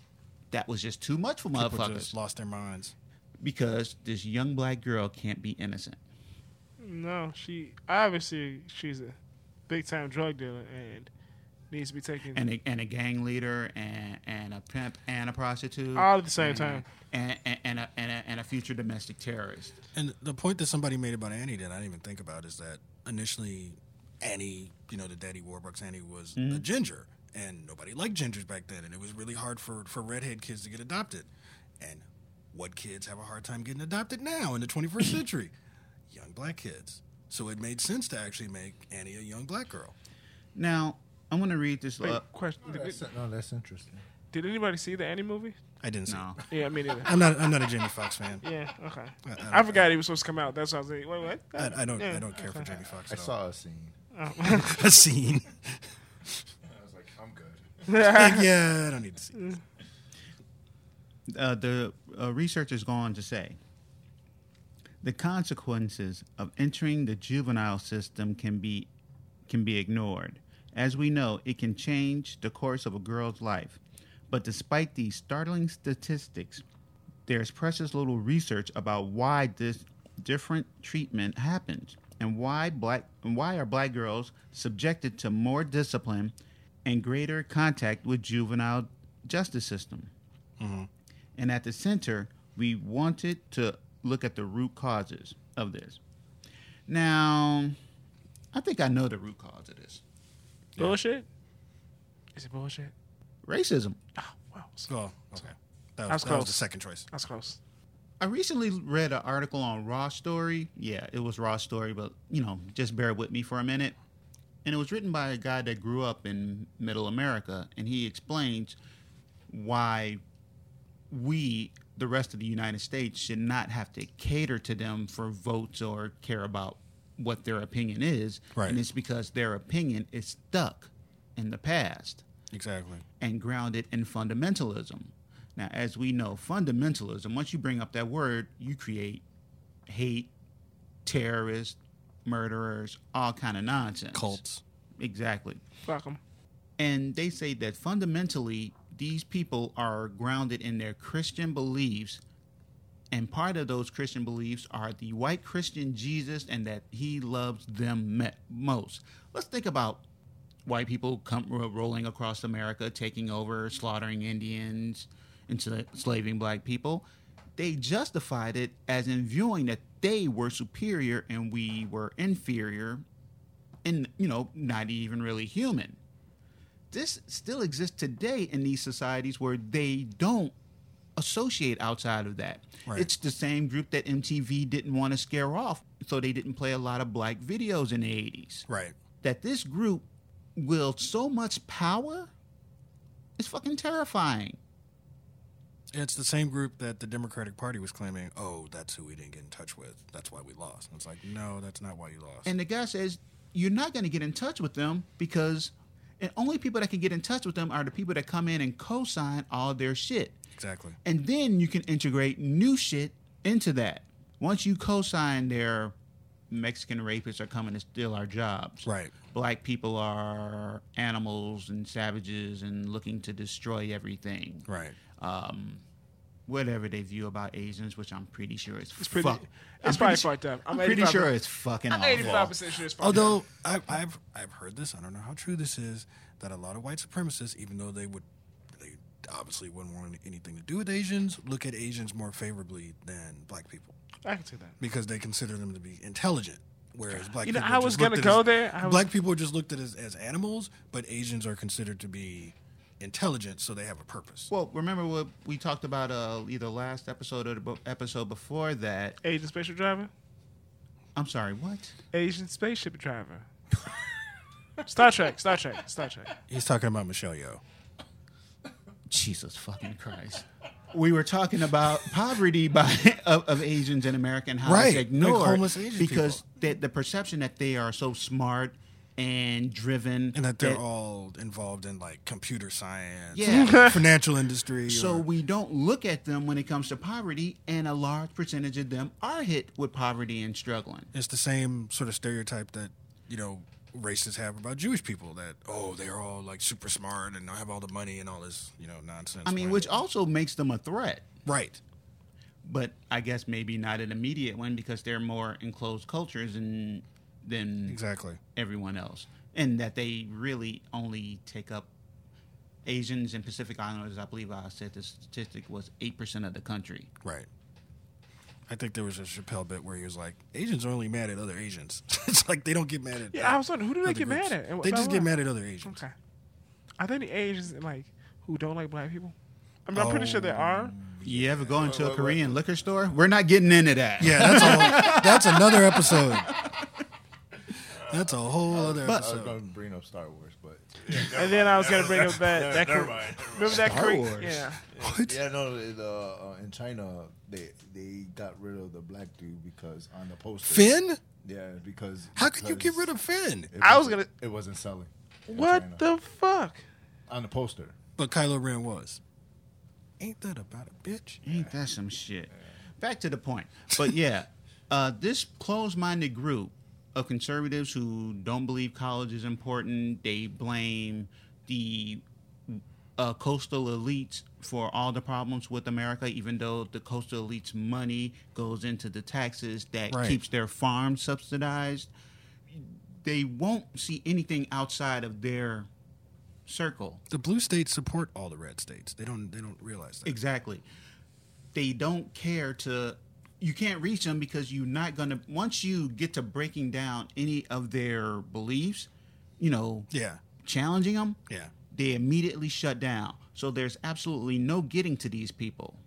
Speaker 1: that was just too much for
Speaker 2: People
Speaker 1: motherfuckers
Speaker 2: just lost their minds.
Speaker 1: because this young black girl can't be innocent.
Speaker 3: No, she obviously she's a big time drug dealer and needs to be taken.
Speaker 1: And a, and a gang leader and, and a pimp and a prostitute.
Speaker 3: All at the same
Speaker 1: and-
Speaker 3: time.
Speaker 1: And, and, and, a, and, a, and a future domestic terrorist.
Speaker 2: And the point that somebody made about Annie that I didn't even think about is that initially Annie, you know, the Daddy Warbucks Annie was a ginger, and nobody liked gingers back then, and it was really hard for for redhead kids to get adopted. And what kids have a hard time getting adopted now in the 21st century? young black kids. So it made sense to actually make Annie a young black girl.
Speaker 1: Now, I'm going to read this.
Speaker 3: Wait,
Speaker 1: Uh,
Speaker 3: question. Did,
Speaker 4: That's, no, that's interesting.
Speaker 3: did anybody see the Annie movie?
Speaker 2: I didn't see.
Speaker 1: no.
Speaker 2: it.
Speaker 3: Yeah, me neither.
Speaker 2: I'm not. I'm not a Jamie Foxx fan.
Speaker 3: yeah, okay.
Speaker 2: I- I
Speaker 3: I, forgot he was supposed to come out. That's why I was like, wait, what?
Speaker 2: I, I don't.
Speaker 3: Yeah.
Speaker 2: I don't care for Jamie Foxx.
Speaker 4: I
Speaker 2: at all.
Speaker 4: saw a scene.
Speaker 2: a scene.
Speaker 4: I was like, I'm good.
Speaker 2: Like, yeah, I don't need to see. This.
Speaker 1: uh, the uh, researchers go on to say the consequences of entering the juvenile system can be can be ignored. As we know, it can change the course of a girl's life. But despite these startling statistics, there's precious little research about why this different treatment happens and why black and why are black girls subjected to more discipline and greater contact with juvenile justice system. And at the center, we wanted to look at the root causes of this. Now, I think I know the root cause of this
Speaker 3: Bullshit? Is it bullshit?
Speaker 1: racism.
Speaker 3: Oh, wow. so-
Speaker 2: Well, okay. That
Speaker 3: That's
Speaker 2: was, that was
Speaker 3: close.
Speaker 2: the second choice.
Speaker 3: That's close.
Speaker 1: I recently read an article on Raw Story. Yeah, it was Raw Story, but you know, just bear with me for a minute. And it was written by a guy that grew up in Middle America, and he explains why we, the rest of the United States, should not have to cater to them for votes or care about what their opinion is.
Speaker 2: Right.
Speaker 1: And it's because their opinion is stuck in the past
Speaker 2: Exactly.
Speaker 1: and grounded in fundamentalism. Now, as we know, fundamentalism, once you bring up that word, you create hate, terrorists, murderers, all kind of nonsense.
Speaker 2: Cults.
Speaker 1: Exactly.
Speaker 3: Fuck him.
Speaker 2: Oh,
Speaker 1: And they say that fundamentally, these people are grounded in their Christian beliefs. And part of those Christian beliefs are the white Christian Jesus and that he loves them me- most. Let's think about white people come ro- rolling across America, taking over, slaughtering Indians, enslaving black people. They justified it as in viewing that they were superior and we were inferior and, you know, not even really human this still exists today in these societies where they don't associate outside of that.
Speaker 2: Right.
Speaker 1: It's the same group that MTV didn't want to scare off, so they didn't play a lot of black videos in the 80s.
Speaker 2: Right.
Speaker 1: That this group wields so much power is fucking terrifying.
Speaker 2: It's the same group that the Democratic Party was claiming, oh, that's who we didn't get in touch with. That's why we lost. And it's like, no, that's not why you lost.
Speaker 1: And the guy says, You're not going to get in touch with them because and only people that can get in touch with them are the people that come in and co sign all their shit.
Speaker 2: exactly.
Speaker 1: and then you can integrate new shit into that. Once you co-sign their Mexican rapists are coming to steal our jobs.
Speaker 2: Right.
Speaker 1: Black people are animals and savages and looking to destroy everything.
Speaker 2: Right.
Speaker 1: Whatever they view about Asians, which I'm pretty sure is
Speaker 3: It's pretty.
Speaker 1: fuck.
Speaker 3: It's
Speaker 1: pretty
Speaker 3: probably
Speaker 1: su-
Speaker 3: fucked up.
Speaker 1: I'm
Speaker 3: I'm
Speaker 1: pretty
Speaker 3: 85
Speaker 1: sure it's fucking
Speaker 3: I'm
Speaker 1: awful.
Speaker 3: eighty-five percent sure it's fucked up.
Speaker 2: Although I, I've I've heard this, I don't know how true this is, that a lot of white supremacists, even though they would, they obviously wouldn't want anything to do with Asians, look at Asians more favorably than black people
Speaker 3: I can see that.
Speaker 2: because they consider them to be intelligent. Whereas black
Speaker 3: You know,
Speaker 2: people
Speaker 3: I
Speaker 2: are
Speaker 3: was
Speaker 2: just looked
Speaker 3: gonna
Speaker 2: at
Speaker 3: go
Speaker 2: as-
Speaker 3: there. I was-
Speaker 2: black people are just looked at as, as animals, but Asians are considered to be intelligent, so they have a purpose.
Speaker 1: Well, remember what we talked about uh, either last episode or the bo- episode before that.
Speaker 3: Asian spaceship driver.
Speaker 1: I'm sorry, what?
Speaker 3: Asian spaceship driver. Star Trek. Star Trek. Star Trek.
Speaker 2: He's talking about Michelle Yeoh.
Speaker 1: Jesus fucking Christ. We were talking about poverty by of, of Asians in America and how
Speaker 2: Right,
Speaker 1: it's
Speaker 2: like
Speaker 1: ignored
Speaker 2: homeless Asian
Speaker 1: because
Speaker 2: people.
Speaker 1: the, the perception that they are so smart and driven
Speaker 2: and that they're all involved in like computer science,
Speaker 1: Yeah.
Speaker 2: financial industry.
Speaker 1: so
Speaker 2: or-
Speaker 1: we don't look at them when it comes to poverty and a large percentage of them are hit with poverty and struggling.
Speaker 2: it's the same sort of stereotype that you know racists have about Jewish people that oh they're all like super smart and have all the money and all this you know nonsense.
Speaker 1: I mean,
Speaker 2: when-
Speaker 1: which also makes them a threat.
Speaker 2: right,
Speaker 1: But I guess maybe not an immediate one because they're more enclosed cultures and than
Speaker 2: exactly.
Speaker 1: everyone else, and that they really only take up Asians and Pacific Islanders. I believe I said the statistic was eight percent of the country.
Speaker 2: Right. I think there was a Chappelle bit where he was like, "Asians are only mad at other Asians." it's like they don't get mad at.
Speaker 3: Yeah, I was wondering, who do they
Speaker 2: other
Speaker 3: get mad
Speaker 2: groups.
Speaker 3: at? uh, And what-
Speaker 2: They
Speaker 3: about
Speaker 2: just get
Speaker 3: what?
Speaker 2: mad at other Asians.
Speaker 3: Okay. Are there any Asians like who don't like black people? I mean, I'm pretty sure there are.
Speaker 2: we
Speaker 1: You ever go into
Speaker 4: Wait,
Speaker 1: a
Speaker 4: wait,
Speaker 1: Korean liquor store? We're not getting into that.
Speaker 2: Yeah, that's a whole, that's another episode. That's a whole other
Speaker 4: I was
Speaker 2: episode.
Speaker 4: going to bring up Star Wars, but
Speaker 2: Oh,
Speaker 3: and then I was gonna bring up that. that
Speaker 5: never
Speaker 3: Kor-
Speaker 5: mind, never
Speaker 3: Remember that
Speaker 2: Star
Speaker 3: Kore-
Speaker 2: Wars.
Speaker 3: Yeah.
Speaker 2: What?
Speaker 4: yeah, no, it, uh, uh, in China they they got rid of the black dude because on the poster
Speaker 2: Finn?
Speaker 4: Yeah, because
Speaker 2: How could you get rid of Finn?
Speaker 3: I was gonna-
Speaker 4: It wasn't selling. in China.
Speaker 3: What the fuck?
Speaker 4: on the poster?
Speaker 2: But Kylo Ren was. Ain't that about a bitch?
Speaker 1: Ain't that some shit? Back to the point. But yeah, uh, this closed minded group of conservatives who don't believe college is important, they blame the uh, coastal elites for all the problems with America, even though the coastal elites' money goes into the taxes that
Speaker 2: Right.
Speaker 1: keeps their farms subsidized. They won't see anything outside of their circle.
Speaker 2: The blue states support all the red states. They don't. They don't realize that.
Speaker 1: Exactly. They don't care to. You can't reach them because you're not gonna. Once you get to breaking down any of their beliefs, you know,
Speaker 2: Yeah.
Speaker 1: challenging them,
Speaker 2: Yeah.
Speaker 1: they immediately shut down. So there's absolutely no getting to these people.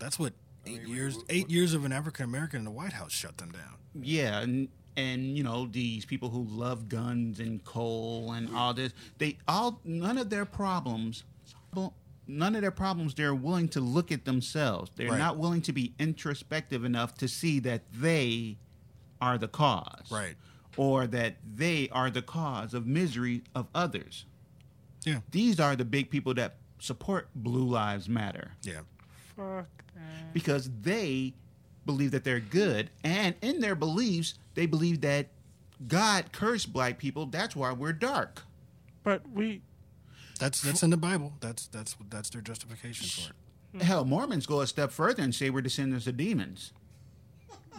Speaker 2: That's what eight years. eight years of an African American in the White House shut them down.
Speaker 1: Yeah, and and you know these people who love guns and coal and all this, they all none of their problems, none of their problems. They're willing to look at themselves. They're
Speaker 2: Right.
Speaker 1: not willing to be introspective enough to see that they are the cause,
Speaker 2: Right.
Speaker 1: Or that they are the cause of misery of others.
Speaker 2: Yeah.
Speaker 1: These are the big people that support Blue Lives Matter
Speaker 2: Yeah.
Speaker 3: Fuck that.
Speaker 1: because they believe that they're good and in their beliefs they believe that god cursed black people that's why we're dark
Speaker 3: But we
Speaker 2: That's that's in the Bible. That's that's that's their justification for it.
Speaker 1: hell mormons go a step further and say we're descendants of demons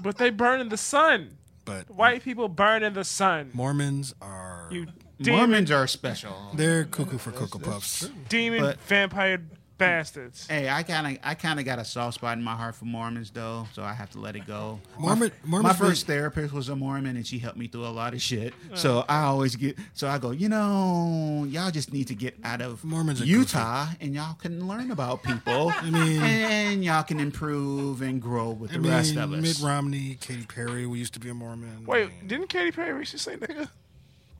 Speaker 3: but they burn in the sun.
Speaker 2: But
Speaker 3: White people burn in the sun.
Speaker 2: Mormons are
Speaker 3: You demon,
Speaker 1: mormons are special
Speaker 2: they're cuckoo for cocoa puffs.
Speaker 3: demon
Speaker 1: but-
Speaker 3: vampire bastards.
Speaker 1: hey i kind of i kind of got a soft spot in my heart for mormons though so i have to let it go
Speaker 2: Mormon
Speaker 1: my
Speaker 2: Mormons
Speaker 1: first therapist was a Mormon, and she helped me through a lot of shit. So I always get. So I go, you know, y'all just need to get out of
Speaker 2: Mormons are
Speaker 1: Utah, and y'all can learn about people, and y'all can improve and grow with the
Speaker 2: I mean,
Speaker 1: rest of us.
Speaker 2: Mitt Romney, Katy Perry. We used to be a Mormon. I mean,
Speaker 3: Wait, didn't Katy Perry recently say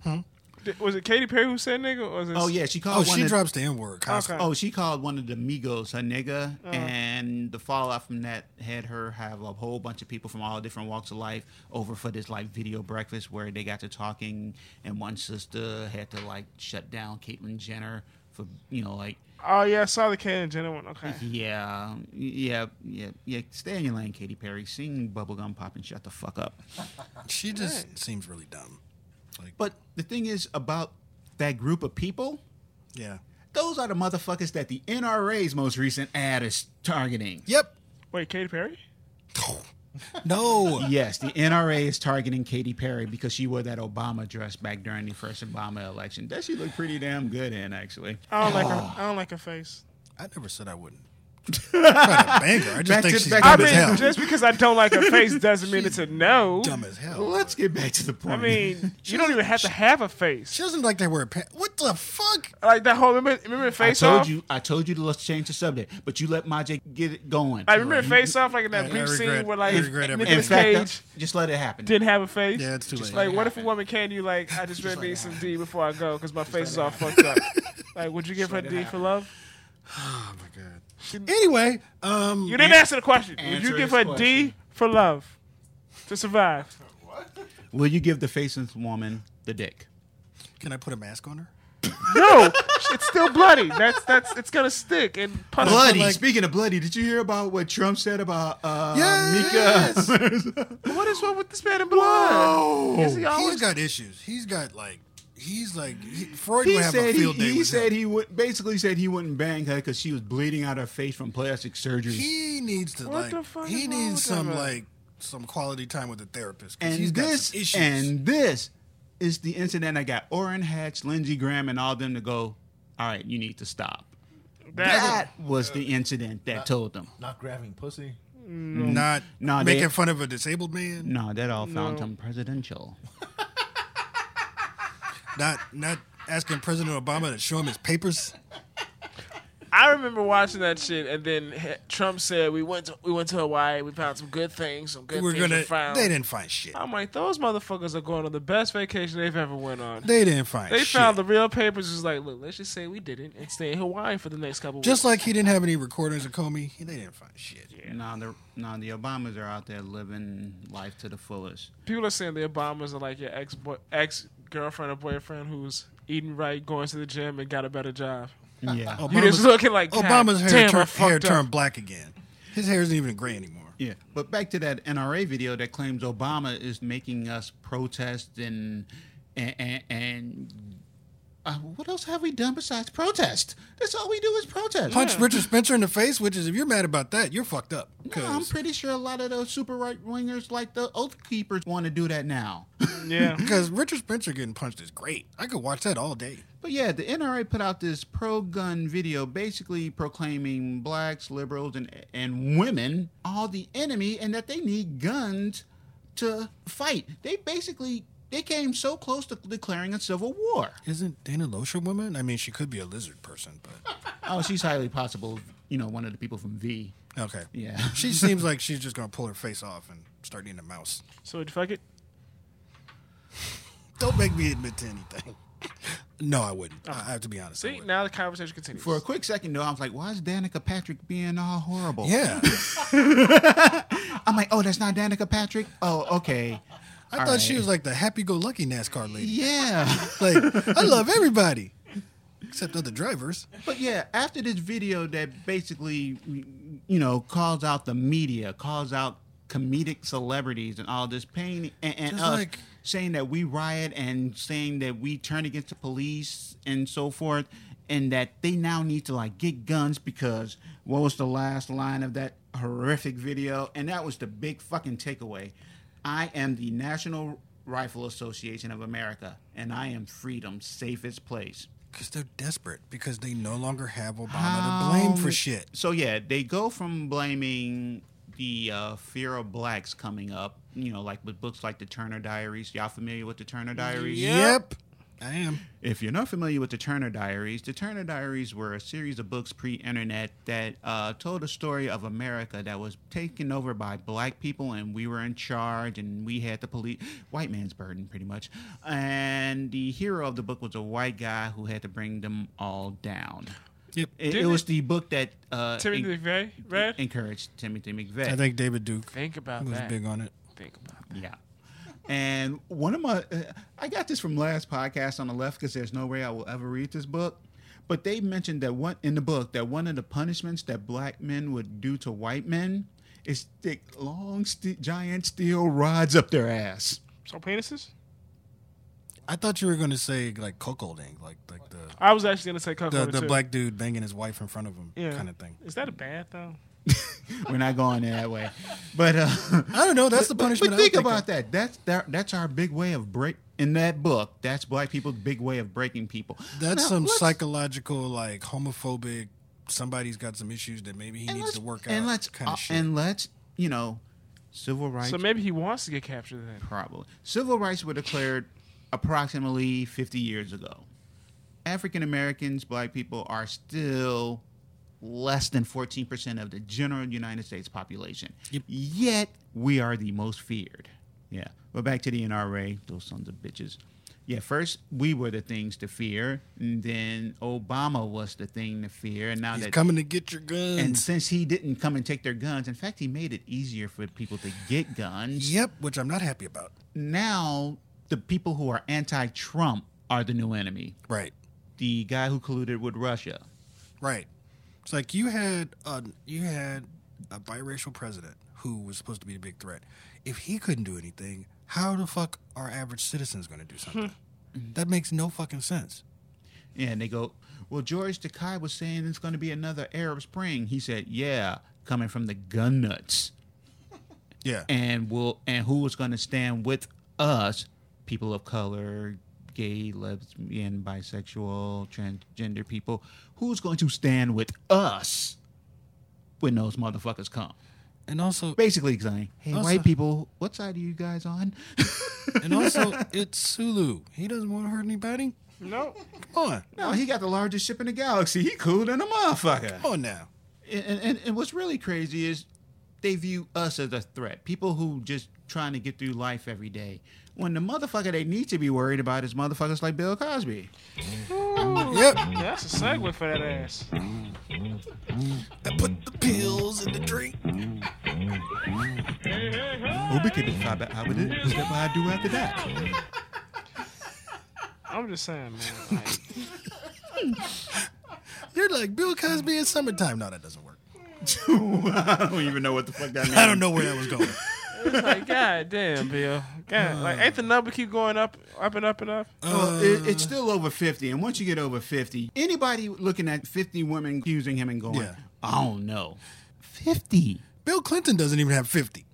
Speaker 3: nigga? Di- Was it Katy Perry who said nigga? Or was it
Speaker 1: oh yeah, she
Speaker 2: Oh,
Speaker 1: called. one
Speaker 2: she
Speaker 1: of,
Speaker 2: drops the N word.
Speaker 3: Okay.
Speaker 1: Oh, she called one of the Migos her nigga, and the fallout from that had her have a whole bunch of people from all different walks of life over for this like video breakfast where they got to talking, and one sister had to like shut down Caitlyn Jenner for you know like
Speaker 3: Oh yeah, I saw the Caitlyn Jenner one. Okay.
Speaker 1: Mm-hmm. yeah yeah yeah yeah stay in your lane, Katy Perry, sing bubblegum pop and shut the fuck up.
Speaker 2: She just seems really dumb. Like,
Speaker 1: But the thing is about that group of people.
Speaker 2: yeah.
Speaker 1: Those are the motherfuckers that the NRA's most recent ad is targeting.
Speaker 2: Yep.
Speaker 3: Wait, Katy Perry?
Speaker 2: No.
Speaker 1: Yes, the NRA is targeting Katy Perry because she wore that Obama dress back during the first Obama election. That she looked pretty damn good in, actually.
Speaker 3: I don't like her. I don't like her face.
Speaker 2: I never said I wouldn't. Try to bang her. I just
Speaker 1: Back
Speaker 2: think
Speaker 1: to-
Speaker 2: she's
Speaker 1: back
Speaker 2: dumb
Speaker 3: I
Speaker 1: to-
Speaker 2: as hell.
Speaker 3: mean, just because I don't like her face doesn't mean it's a no.
Speaker 2: dumb as hell.
Speaker 1: Let's get back to the point.
Speaker 3: I mean, you don't even have to have a face.
Speaker 2: She doesn't like that word. Pa- what the fuck?
Speaker 1: Oh
Speaker 3: Like that whole remember, remember
Speaker 1: I
Speaker 3: face
Speaker 1: told
Speaker 3: off.
Speaker 1: you, I told you to let's change the subject, but you let Majay get it going.
Speaker 3: I remember
Speaker 1: You-
Speaker 3: face off like in that
Speaker 2: I- I
Speaker 3: brief
Speaker 2: regret-
Speaker 3: scene where
Speaker 2: I
Speaker 3: like
Speaker 2: regret everything.
Speaker 1: In
Speaker 3: Nicolas
Speaker 1: fact, uh,
Speaker 3: Cage
Speaker 1: just let it happen.
Speaker 3: didn't have a face.
Speaker 2: Yeah, it's too late.
Speaker 3: like, what if a woman came to you like, I just really need some D before I go because my face is all fucked up. Like, would you give her D for love?
Speaker 2: oh my god. Anyway, um,
Speaker 3: You didn't answer the question. Would
Speaker 1: Answer
Speaker 3: you give
Speaker 1: this
Speaker 3: her D for love to survive?
Speaker 1: Will you give the faceless woman the dick?
Speaker 2: can I put a mask on her?
Speaker 3: No, it's still bloody. That's that's it's gonna stick and puddle.
Speaker 1: Bloody.
Speaker 2: like-
Speaker 1: Speaking of bloody, did you hear about what Trump said about uh,
Speaker 2: Yes!
Speaker 1: Mika?
Speaker 3: What is wrong with this man in blood? Is he
Speaker 2: He's
Speaker 3: always
Speaker 2: got issues. He's got like, he's like he, Freud
Speaker 1: He
Speaker 2: would have a
Speaker 1: said he,
Speaker 2: field day.
Speaker 1: he
Speaker 2: with
Speaker 1: said
Speaker 2: him.
Speaker 1: he would basically said he wouldn't bang her because she was bleeding out her face from plastic surgery.
Speaker 2: he needs to
Speaker 3: What
Speaker 2: like
Speaker 3: the fuck
Speaker 2: he
Speaker 3: is wrong
Speaker 2: needs
Speaker 3: with
Speaker 2: some
Speaker 3: that man?
Speaker 2: like some quality time with a therapist. 'cause
Speaker 1: and
Speaker 2: he's got
Speaker 1: this
Speaker 2: some issues.
Speaker 1: and this is the incident that got Orrin Hatch, Lindsey Graham, and all them to go. All right, you need to stop.
Speaker 3: that?
Speaker 1: That was the incident that told them.
Speaker 4: Not grabbing pussy.
Speaker 2: not
Speaker 1: Nah,
Speaker 2: making
Speaker 1: they-
Speaker 2: fun of a disabled man.
Speaker 1: No, that all found him presidential.
Speaker 2: Not not asking President Obama to show him his papers.
Speaker 3: I remember watching that shit, and then he- Trump said we went to we went to Hawaii. We found some good things, some good
Speaker 2: We're
Speaker 3: things we
Speaker 2: gonna.
Speaker 3: found.
Speaker 2: They didn't find shit.
Speaker 3: I'm like, those motherfuckers are going on the best vacation they've ever went on. They,
Speaker 2: They didn't find. shit.
Speaker 3: found the real papers. Is like, look, let's just say we didn't, and stay in Hawaii for the next couple.
Speaker 2: Just
Speaker 3: weeks.
Speaker 2: like he didn't have any recordings of Comey, he- they didn't find shit.
Speaker 1: Now the now the Obamas are out there living life to the fullest.
Speaker 3: people are saying the Obamas are like your ex ex girlfriend or boyfriend who's eating right, going to the gym, and got a better job.
Speaker 1: Yeah,
Speaker 2: Obama's,
Speaker 3: You just looking like God
Speaker 2: Obama's hair,
Speaker 3: damn, I
Speaker 2: turned,
Speaker 3: fucked
Speaker 2: hair
Speaker 3: up.
Speaker 2: turned black again. His hair isn't even gray anymore.
Speaker 1: yeah. But back to that NRA video that claims Obama is making us protest and and and. and uh, what else have we done besides protest? That's all we do is protest.
Speaker 2: Punch Richard Spencer in the face, which is if you're mad about that, you're fucked up.
Speaker 1: No, I'm
Speaker 2: 'Cause-
Speaker 1: pretty sure a lot of those super right wingers, like the Oath Keepers, want to do that now.
Speaker 3: Yeah,
Speaker 2: Because Richard Spencer getting punched is great. I could watch that all day.
Speaker 1: But yeah, the NRA put out this pro-gun video, basically proclaiming blacks, liberals, and and women all the enemy, and that they need guns to fight. They basically they came so close to declaring a civil war.
Speaker 2: Isn't Dana Loesch a woman? I mean, she could be a lizard person, but
Speaker 1: Oh, she's highly possible. You know, one of the people from V.
Speaker 2: okay.
Speaker 1: Yeah.
Speaker 2: She seems like she's just gonna pull her face off and start eating a mouse.
Speaker 3: so fuck it.
Speaker 2: Don't make me admit to anything. No, I wouldn't. I I have to be honest. I
Speaker 3: See,
Speaker 2: wouldn't.
Speaker 3: now the conversation continues.
Speaker 1: For a quick second though, I was like, "Why is Danica Patrick being all horrible?"
Speaker 2: Yeah,
Speaker 1: I'm like, "Oh, that's not Danica Patrick. Oh, okay.
Speaker 2: I thought she was like the happy-go-lucky NASCAR lady.
Speaker 1: Yeah."
Speaker 2: Like, I love everybody except other drivers.
Speaker 1: But yeah, after this video that basically, you know, calls out the media, calls out comedic celebrities and all this pain and, and
Speaker 2: Just
Speaker 1: us
Speaker 2: like-
Speaker 1: saying that we riot and saying that we turn against the police and so forth, and that they now need to like get guns because what was the last line of that horrific video? And that was the big fucking takeaway. I am the National Rifle Association of America, and I am freedom's safest place.
Speaker 2: Because they're desperate because they no longer have Obama
Speaker 1: How
Speaker 2: to blame for
Speaker 1: m-
Speaker 2: shit.
Speaker 1: Um, So yeah, they go from blaming the uh, fear of blacks coming up, you know, like with books like the Turner Diaries. Y'all familiar with the Turner Diaries?
Speaker 2: Yep. I am.
Speaker 1: If you're not familiar with the Turner Diaries, the Turner Diaries were a series of books pre-internet that uh, told a story of America that was taken over by black people, and we were in charge, and we had the police, white man's burden, pretty much. And the hero of the book was a white guy who had to bring them all down.
Speaker 2: Yep.
Speaker 1: It, it
Speaker 3: Didn't
Speaker 1: was
Speaker 3: it-
Speaker 1: the book that uh,
Speaker 3: Timothy
Speaker 1: en-
Speaker 3: McVeigh, read.
Speaker 1: encouraged Timothy McVeigh.
Speaker 2: I think David Duke
Speaker 3: Think about
Speaker 2: was
Speaker 3: that.
Speaker 2: big on it.
Speaker 3: Think about that.
Speaker 1: yeah. And one of my, uh, I got this from last podcast on the left because there's no way I will ever read this book. But they mentioned that one in the book that one of the punishments that black men would do to white men is stick long, st- giant steel rods up their ass.
Speaker 3: So penises?
Speaker 2: I thought you were going to say like cuckolding, like like the
Speaker 3: I was actually gonna say cuckolding
Speaker 2: the, the
Speaker 3: too.
Speaker 2: black dude banging his wife in front of him
Speaker 3: Yeah.
Speaker 2: kind of thing.
Speaker 3: Is that a bad though?
Speaker 1: We're not going that way, but uh,
Speaker 2: I don't know. That's the
Speaker 1: But-
Speaker 2: punishment.
Speaker 1: But,
Speaker 2: I would
Speaker 1: think
Speaker 2: think
Speaker 1: about
Speaker 2: of.
Speaker 1: that. That's that, that's our big way of break in that book. That's black people's big way of breaking people.
Speaker 2: That's
Speaker 1: Now,
Speaker 2: some
Speaker 1: let's-
Speaker 2: psychological, like homophobic. Somebody's got some issues that maybe he
Speaker 1: and
Speaker 2: needs
Speaker 1: let's-
Speaker 2: to work out.
Speaker 1: And let's
Speaker 2: kind
Speaker 1: uh,
Speaker 2: of shit.
Speaker 1: and let's you know, civil rights.
Speaker 3: So maybe he wants to get captured then.
Speaker 1: probably civil rights were declared approximately 50 years ago. African Americans, black people are still less than 14% of the general United States population.
Speaker 2: Yep.
Speaker 1: Yet we are the most feared. Yeah. But back to the NRA, those sons of bitches. Yeah, first we were the things to fear, and then Obama was the thing to fear, and now
Speaker 2: He's
Speaker 1: that
Speaker 2: coming to get your
Speaker 1: and
Speaker 2: guns.
Speaker 1: since he didn't come and take their guns, in fact, he made it easier for people to get guns
Speaker 2: yep, which I'm not happy about.
Speaker 1: now the people who are anti-Trump are the new enemy.
Speaker 2: Right.
Speaker 1: The guy who colluded with Russia.
Speaker 2: Right. It's like you had a you had a biracial president who was supposed to be the big threat. If he couldn't do anything, how the fuck are average citizens going to do something? that makes no fucking sense.
Speaker 1: And they go, "Well, George Takai was saying it's going to be another Arab Spring." He said, "Yeah, coming from the gun nuts."
Speaker 2: Yeah.
Speaker 1: And will and who was going to stand with us, people of color, gay, lesbian, bisexual, transgender people, who's going to stand with us when those motherfuckers come?
Speaker 2: And also
Speaker 1: Basically saying, "Hey,
Speaker 2: Also-
Speaker 1: white people, what side are you guys on?"
Speaker 2: and also it's Sulu. He doesn't want to hurt anybody.
Speaker 3: No,
Speaker 2: Come on,
Speaker 1: No, he got the largest ship in the galaxy. He cool than a motherfucker.
Speaker 2: come on now.
Speaker 1: and, and, and what's really crazy is they view us as a threat. People who just trying to get through life every day. When the motherfucker they need to be worried about is motherfuckers like Bill Cosby.
Speaker 2: Yep.
Speaker 3: Yeah, that's a segue for that ass.
Speaker 2: I put the pills in the drink.
Speaker 1: I do after that?
Speaker 3: I'm just saying, man. Like,
Speaker 2: You're like Bill Cosby in summertime. No, that doesn't work.
Speaker 1: I don't even know what the fuck that means.
Speaker 2: I don't know where that was going.
Speaker 3: it's like, God damn, Bill. God, like, ain't the number keep going up, up and up and up?
Speaker 1: Well, it, it's still over 50. And once you get over 50, anybody looking at 50 women accusing him and going,
Speaker 2: Yeah.
Speaker 1: I don't know. 50.
Speaker 2: Bill Clinton doesn't even have fifty.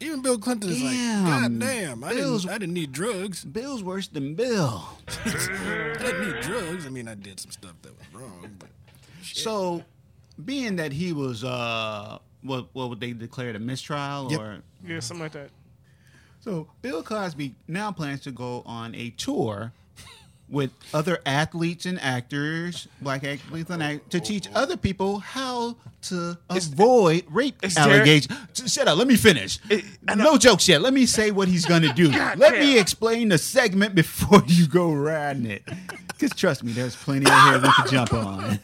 Speaker 2: Even Bill Clinton is like,
Speaker 1: Damn.
Speaker 2: God Hmm. damn, I
Speaker 1: Bill's-
Speaker 2: didn't, I didn't need drugs.
Speaker 1: Bill's worse than Bill.
Speaker 2: I didn't need drugs. I mean, I did some stuff that was wrong, but
Speaker 1: So, being that he was, uh, what, what would they declare, a mistrial?
Speaker 2: Yep.
Speaker 1: or
Speaker 3: Yeah, something like that.
Speaker 1: So, Bill Cosby now plans to go on a tour with other athletes and actors, black athletes and act to teach other people how to avoid rape
Speaker 3: is there-
Speaker 1: allegations. Sh- Shut up, let me finish. no jokes yet. Let me say what he's going to do. let me explain the segment before you go riding it. Because trust me, there's plenty of hair we could jump on.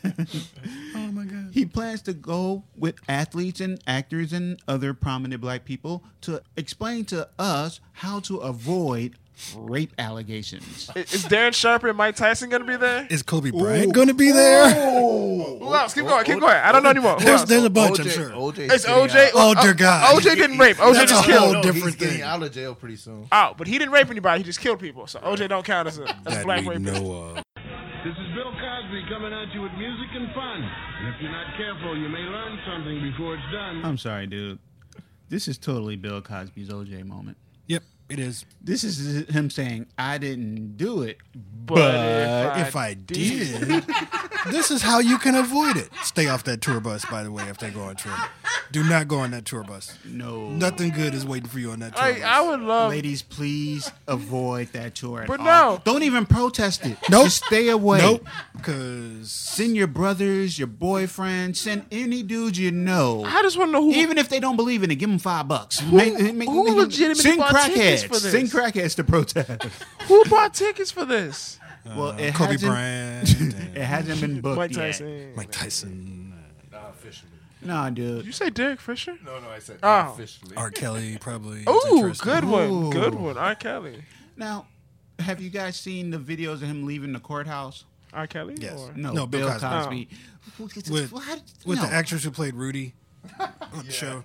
Speaker 2: oh my god.
Speaker 1: He plans to go with athletes and actors and other prominent black people to explain to us how to avoid rape allegations.
Speaker 3: Is, is Darren Sharper and Mike Tyson gonna be there?
Speaker 2: Is Kobe Bryant going to be there?
Speaker 3: Who else? Keep going, keep going. I don't know anymore. Who
Speaker 2: There's,
Speaker 3: else?
Speaker 2: there's a bunch, I'm
Speaker 4: OJ
Speaker 2: sure.
Speaker 4: OJ 's
Speaker 3: It's
Speaker 4: getting
Speaker 3: OJ.
Speaker 4: out.
Speaker 2: Oh, dear God.
Speaker 3: OJ didn't rape. OJ
Speaker 2: That's a
Speaker 3: just
Speaker 2: whole
Speaker 3: killed.
Speaker 4: No,
Speaker 2: different
Speaker 4: he's getting
Speaker 2: thing.
Speaker 4: out of jail pretty soon.
Speaker 3: out, but he didn't rape anybody. He just killed people. So OJ don't count as a, as a
Speaker 2: That
Speaker 3: black
Speaker 2: we
Speaker 3: rapist.
Speaker 2: know of.
Speaker 5: This is Bill Cosby coming at you with music and fun. And if you're not careful, you may learn something before it's done.
Speaker 1: I'm sorry, dude. This is totally Bill Cosby's OJ moment.
Speaker 2: Yep, it is.
Speaker 1: This is him saying, I didn't do it,
Speaker 3: But,
Speaker 2: But if I did, this is how you can avoid it. Stay off that tour bus, by the way, if they go on trip. Do not go on that tour bus.
Speaker 1: no.
Speaker 2: Nothing good is waiting for you on that tour
Speaker 3: I,
Speaker 2: bus.
Speaker 3: I would love.
Speaker 1: Ladies, please avoid that tour. at
Speaker 3: But
Speaker 1: all.
Speaker 3: no.
Speaker 1: Don't even protest it.
Speaker 2: Nope.
Speaker 1: Just stay away.
Speaker 2: Nope, because
Speaker 1: Send your brothers, your boyfriend, send any dude you know.
Speaker 3: I just want to know who.
Speaker 1: Even if they don't believe in it, give them five bucks. Make- make-
Speaker 3: who
Speaker 1: make-
Speaker 3: legitimately
Speaker 1: send
Speaker 3: bought tickets
Speaker 1: crackheads?
Speaker 3: for this?
Speaker 1: Send crackheads to protest.
Speaker 3: Who bought tickets for this?
Speaker 1: well, it
Speaker 2: Kobe
Speaker 1: hasn't,
Speaker 2: Bryant, and
Speaker 1: It hasn't been booked
Speaker 3: Mike
Speaker 1: yet.
Speaker 3: Tyson.
Speaker 2: Mike Tyson,
Speaker 4: Not officially.
Speaker 1: Nah,
Speaker 3: Did
Speaker 1: dude.
Speaker 3: you say Derek Fisher?
Speaker 4: No, no, I said
Speaker 3: Oh.
Speaker 4: not officially.
Speaker 2: R. Kelly, probably. It's
Speaker 3: Ooh,
Speaker 2: interesting.
Speaker 3: good one,
Speaker 1: Ooh.
Speaker 3: good one. R. Kelly.
Speaker 1: Now, have you guys seen the videos of him leaving the courthouse?
Speaker 3: R. Kelly.
Speaker 2: Yes.
Speaker 3: Or?
Speaker 1: No,
Speaker 2: No, Bill
Speaker 1: Bill
Speaker 2: Cosby.
Speaker 1: Cosby.
Speaker 3: Oh.
Speaker 2: With,
Speaker 1: What?
Speaker 2: with
Speaker 1: No.
Speaker 2: the actress who played Rudy on the show,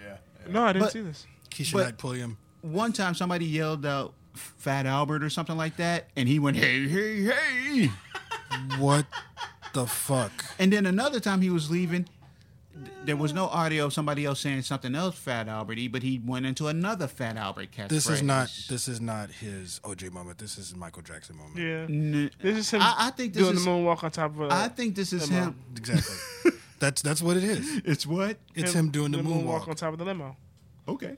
Speaker 3: No, I didn't
Speaker 1: But-
Speaker 3: see this.
Speaker 2: Keisha
Speaker 1: But-
Speaker 2: Knight Pulliam.
Speaker 1: One time somebody yelled out Fat Albert or something like that, and he went, hey, hey, hey.
Speaker 2: What the fuck?
Speaker 1: And then another time he was leaving, th- there was no audio of somebody else saying something else Fat Alberty, but he went into another Fat Albert catchphrase.
Speaker 2: This is not this is not his OJ moment. This is his Michael Jackson moment.
Speaker 3: Yeah.
Speaker 1: N-
Speaker 3: This is him
Speaker 1: I- I think this
Speaker 3: doing
Speaker 1: is-
Speaker 3: the moonwalk on top of. A,
Speaker 1: I think this is
Speaker 3: Come
Speaker 1: him.
Speaker 3: on.
Speaker 2: Exactly. that's that's what it is.
Speaker 1: It's what?
Speaker 2: It's him, doing the, moonwalk.
Speaker 3: on top of the limo.
Speaker 1: Okay.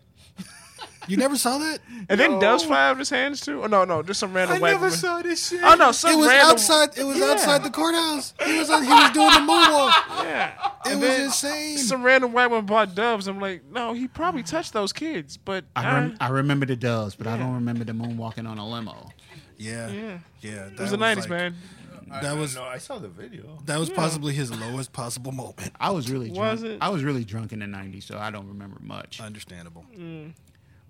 Speaker 2: You never saw that?
Speaker 3: And then doves fly out of his hands too. Oh, no, no, just some random. white woman.
Speaker 1: this shit.
Speaker 3: Oh no, some
Speaker 2: It was
Speaker 3: random.
Speaker 2: outside. It was
Speaker 3: Yeah.
Speaker 2: outside the courthouse. He was he was doing the moonwalk.
Speaker 3: Yeah.
Speaker 2: It was insane.
Speaker 3: Some random white woman bought doves. I'm like, no, he probably touched those kids, but
Speaker 1: I, rem-
Speaker 3: uh,
Speaker 1: I remember the doves, but I don't remember the moon walking on a limo.
Speaker 2: yeah,
Speaker 3: Yeah.
Speaker 2: yeah, yeah. That
Speaker 3: it was the '90s,
Speaker 2: like-
Speaker 3: man.
Speaker 2: That was
Speaker 4: No, I saw the video.
Speaker 2: that was possibly his lowest possible moment.
Speaker 1: I was really drunk.
Speaker 3: Was it?
Speaker 1: I was really drunk in the '90s, so I don't remember much.
Speaker 2: Uh, Understandable.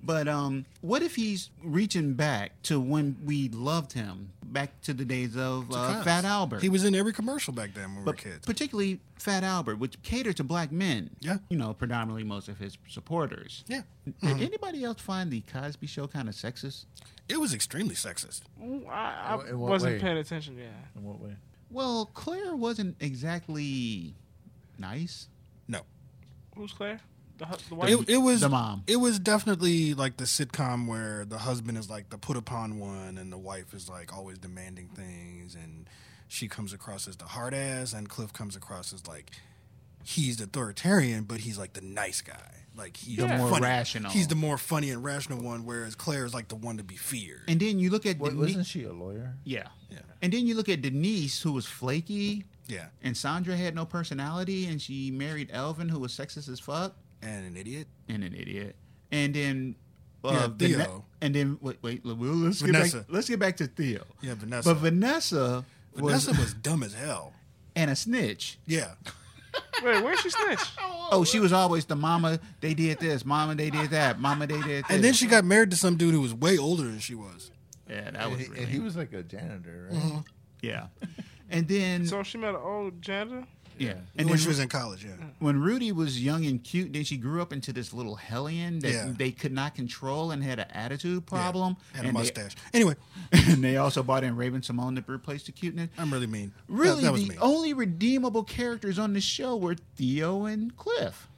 Speaker 1: But um, what if he's reaching back to when we loved him, back to the days of uh,
Speaker 2: Because
Speaker 1: Fat Albert?
Speaker 2: He was in every commercial back then when we were
Speaker 1: but
Speaker 2: kids.
Speaker 1: particularly Fat Albert, which catered to black men.
Speaker 2: Yeah.
Speaker 1: you know, predominantly most of his supporters.
Speaker 2: yeah, Mm-hmm.
Speaker 1: Did anybody else find the Cosby Show kind of sexist?
Speaker 2: it was extremely sexist.
Speaker 3: Ooh, I, I
Speaker 4: In what
Speaker 3: wasn't
Speaker 4: way?
Speaker 3: paying attention. Yeah.
Speaker 4: In what way?
Speaker 1: Well, Claire wasn't exactly nice.
Speaker 2: No,
Speaker 3: Who's Claire? The, hu- the white.
Speaker 2: it, it was
Speaker 1: The mom.
Speaker 2: It was definitely like the sitcom where the husband is like the put upon one, and the wife is like always demanding things, and she comes across as the hard ass, and Cliff comes across as like he's the authoritarian, but he's like the nice guy. Like he's
Speaker 1: The more
Speaker 2: funny.
Speaker 1: rational.
Speaker 2: He's the more funny and rational one, whereas Claire is like the one to be feared.
Speaker 1: And then you look at
Speaker 4: Wa-
Speaker 1: Deni-
Speaker 4: wasn't she a lawyer?
Speaker 1: yeah.
Speaker 2: Yeah.
Speaker 1: And then you look at Denise, who was flaky,
Speaker 2: yeah,
Speaker 1: and Sandra had no personality, and she married Elvin, who was sexist as fuck
Speaker 2: and an idiot.
Speaker 1: and an idiot. And then, uh,
Speaker 2: Yeah,
Speaker 1: Vane-
Speaker 2: Theo.
Speaker 1: and then wait, wait, let- we'll- let's get
Speaker 2: Vanessa.
Speaker 1: back. Let's get back to Theo.
Speaker 2: Yeah, Vanessa.
Speaker 1: But Vanessa,
Speaker 2: Vanessa
Speaker 1: was
Speaker 2: was dumb as hell.
Speaker 1: and a snitch.
Speaker 2: Yeah,
Speaker 3: Wait, where's she snitch?
Speaker 1: Oh, she was always the mama. They did this, mama. They did that, mama. They did. This.
Speaker 2: and then she got married to some dude who was way older than she was.
Speaker 1: yeah, that
Speaker 4: And
Speaker 1: was
Speaker 4: he,
Speaker 1: really,
Speaker 4: and he was like a janitor, right?
Speaker 1: yeah. And then
Speaker 3: So she met an old janitor.
Speaker 1: yeah,
Speaker 2: And
Speaker 1: and
Speaker 2: when
Speaker 1: then Mm.
Speaker 2: she was in college, yeah.
Speaker 1: when Rudy was young and cute, then she grew up into this little hellion that
Speaker 2: Yeah.
Speaker 1: they could not control and had an attitude problem.
Speaker 2: Yeah. And a
Speaker 1: they-
Speaker 2: mustache. Anyway,
Speaker 1: and they also bought in Raven Simone to replace the cuteness.
Speaker 2: I'm really mean. That-
Speaker 1: Really,
Speaker 2: that, was
Speaker 1: the
Speaker 2: me.
Speaker 1: only redeemable characters on the show were Theo and Cliff.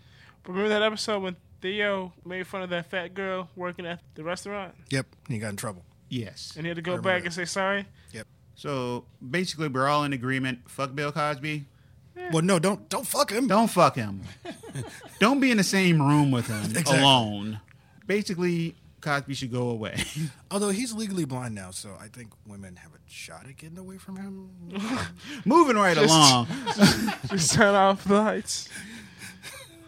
Speaker 3: But remember that episode when Theo made fun of that fat girl working at the restaurant,
Speaker 2: Yep, he got in trouble.
Speaker 1: Yes.
Speaker 3: and he had to go
Speaker 2: remember
Speaker 3: back
Speaker 2: that.
Speaker 3: and say sorry.
Speaker 1: So basically, we're all in agreement. Fuck Bill Cosby.
Speaker 2: Well, no, don't don't fuck him.
Speaker 1: Don't fuck him. Don't be in the same room with him
Speaker 2: Exactly.
Speaker 1: alone. Basically, Cosby should go away.
Speaker 2: Although he's legally blind now, so I think women have a shot at getting away from him.
Speaker 1: Moving right along.
Speaker 3: Just turn off the lights.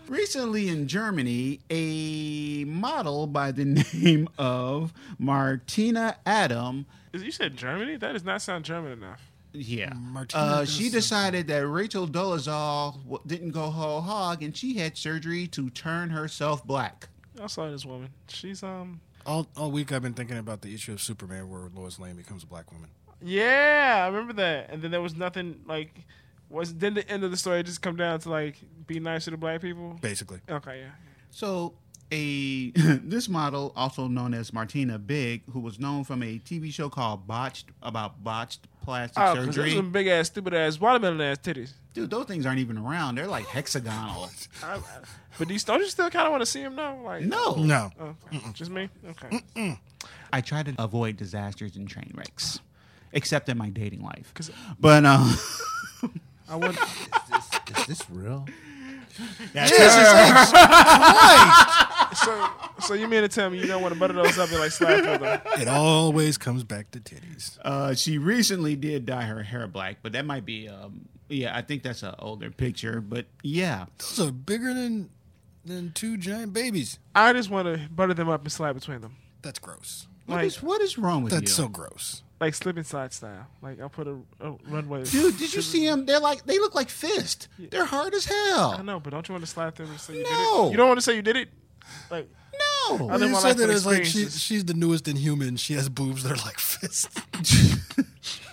Speaker 1: Recently in Germany, a model by the name of Martina Adam.
Speaker 3: Is- You said Germany? That does not sound German enough.
Speaker 1: Yeah.
Speaker 2: Martina
Speaker 1: uh,
Speaker 2: does
Speaker 1: she
Speaker 2: sound-
Speaker 1: decided that Rachel Dolezal w- didn't go whole hog and she had surgery to turn herself black.
Speaker 3: I saw this woman. She's um.
Speaker 2: All all week I've been thinking about the issue of Superman where Lois Lane becomes a black woman.
Speaker 3: Yeah, I remember that. And then there was nothing like. Was then the end of the story just come down to like be nice to the black people?
Speaker 2: Basically,
Speaker 3: Okay, yeah.
Speaker 1: So a this model, also known as Martina Big, who was known from a TV show called Botched about botched plastic
Speaker 3: Oh, because
Speaker 1: surgery.
Speaker 3: those some big ass, stupid ass, watermelon ass titties.
Speaker 1: Dude, those things aren't even around. They're like hexagonal.
Speaker 3: I, I- but do you, don't you still kind of want to see him now? Like
Speaker 1: No.
Speaker 2: no.
Speaker 3: Oh, okay. just me. Okay,
Speaker 1: I try to avoid disasters and train wrecks, except in my dating life.
Speaker 3: 'Cause-
Speaker 1: But um,
Speaker 3: I would.
Speaker 4: Is, this, is this real?
Speaker 3: So, so you mean to tell me you don't want to butter those up and like slide through them?
Speaker 2: It always comes back to titties.
Speaker 1: uh, she recently did dye her hair black, but that might be um, yeah, I think that's an older picture. But yeah,
Speaker 2: Those are bigger than than two giant babies.
Speaker 3: I just want to butter them up and slide between them,
Speaker 2: That's gross.
Speaker 1: what
Speaker 3: Like-
Speaker 1: is what is wrong with
Speaker 2: That's
Speaker 1: you?
Speaker 2: so gross.
Speaker 3: like slip and slide style. Like I'll put a, a runway.
Speaker 1: Dude, did you see them? They're like they look like fist. They're hard as
Speaker 3: I
Speaker 1: hell.
Speaker 3: know, but don't you want to slide through and say you did
Speaker 1: No.
Speaker 3: it? You don't want to say you did it. Like
Speaker 1: No,
Speaker 3: I
Speaker 2: You
Speaker 3: didn't want
Speaker 2: said
Speaker 3: to
Speaker 2: that as like she,
Speaker 3: experiences.
Speaker 2: she's the newest in human. She has boobs that are like fists.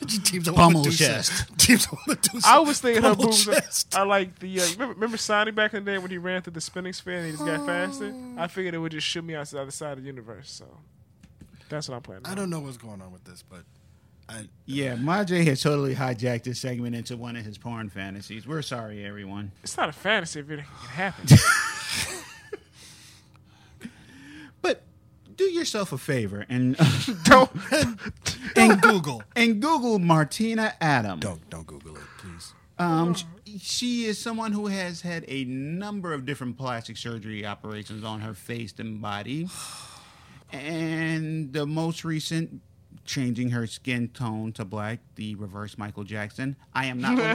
Speaker 2: she teams up
Speaker 1: Pummel
Speaker 2: with Medusa.
Speaker 1: chest.
Speaker 2: Teams up with Medusa.
Speaker 3: I was thinking her
Speaker 2: Pummel
Speaker 3: boobs.
Speaker 2: chest.
Speaker 3: I like the. Uh, remember, remember Sonic back in the day when he ran through the spinning sphere and he just got faster. I figured it would just shoot me out to the other side of the universe. So that's what I'm planning.
Speaker 2: I don't know what's going on with this, but I
Speaker 1: Yeah, Majay has totally hijacked this segment into one of his porn fantasies. We're sorry, everyone.
Speaker 3: It's not a fantasy if it can happen.
Speaker 1: But do yourself a favor and
Speaker 3: don't.
Speaker 2: don't Google.
Speaker 1: and Google Martina Adam.
Speaker 2: Don't don't Google it, please.
Speaker 1: Um, sh- she is someone who has had a number of different plastic surgery operations on her face and body, and the most recent, changing her skin tone to black, the reverse Michael Jackson. I am not. One,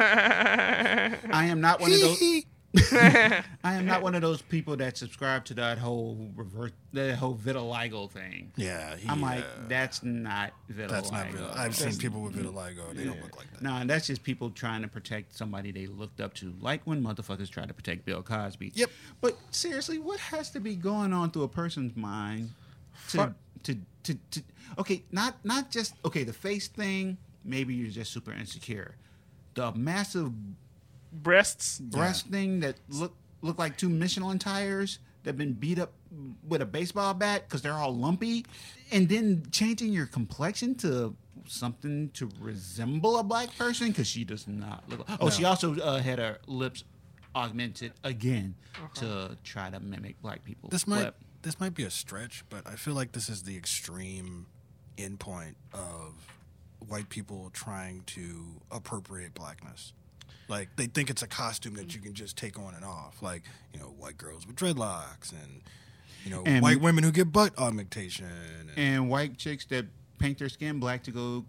Speaker 1: I am not one of those. I am not one of those people that subscribe to that whole reverse, that whole vitiligo thing.
Speaker 2: Yeah, he,
Speaker 1: I'm
Speaker 2: uh,
Speaker 1: like, that's not vitiligo.
Speaker 2: that's not real. I've seen people with vitiligo. They don't look like that.
Speaker 1: No, and that's just people trying to protect somebody they looked up to, like when motherfuckers tried to protect Bill Cosby.
Speaker 2: Yep.
Speaker 1: But seriously, what has to be going on through a person's mind to to, to to okay, not not just okay, the face thing, maybe you're just super insecure. The massive
Speaker 3: Breasts.
Speaker 1: breast thing that look look like two Michelin tires that been beat up with a baseball bat because they're all lumpy, and then changing your complexion to something to resemble a black person because she does not look. Like, oh, she also uh, had her lips augmented again to try to mimic black people.
Speaker 2: This might
Speaker 1: But
Speaker 2: this might be a stretch, but I feel like this is the extreme endpoint of white people trying to appropriate blackness. Like they think it's a costume that you can just take on and off. Like you know, white girls with dreadlocks and you know,
Speaker 1: And-
Speaker 2: white women who get butt augmentation. And,
Speaker 1: and white chicks that paint their skin black to go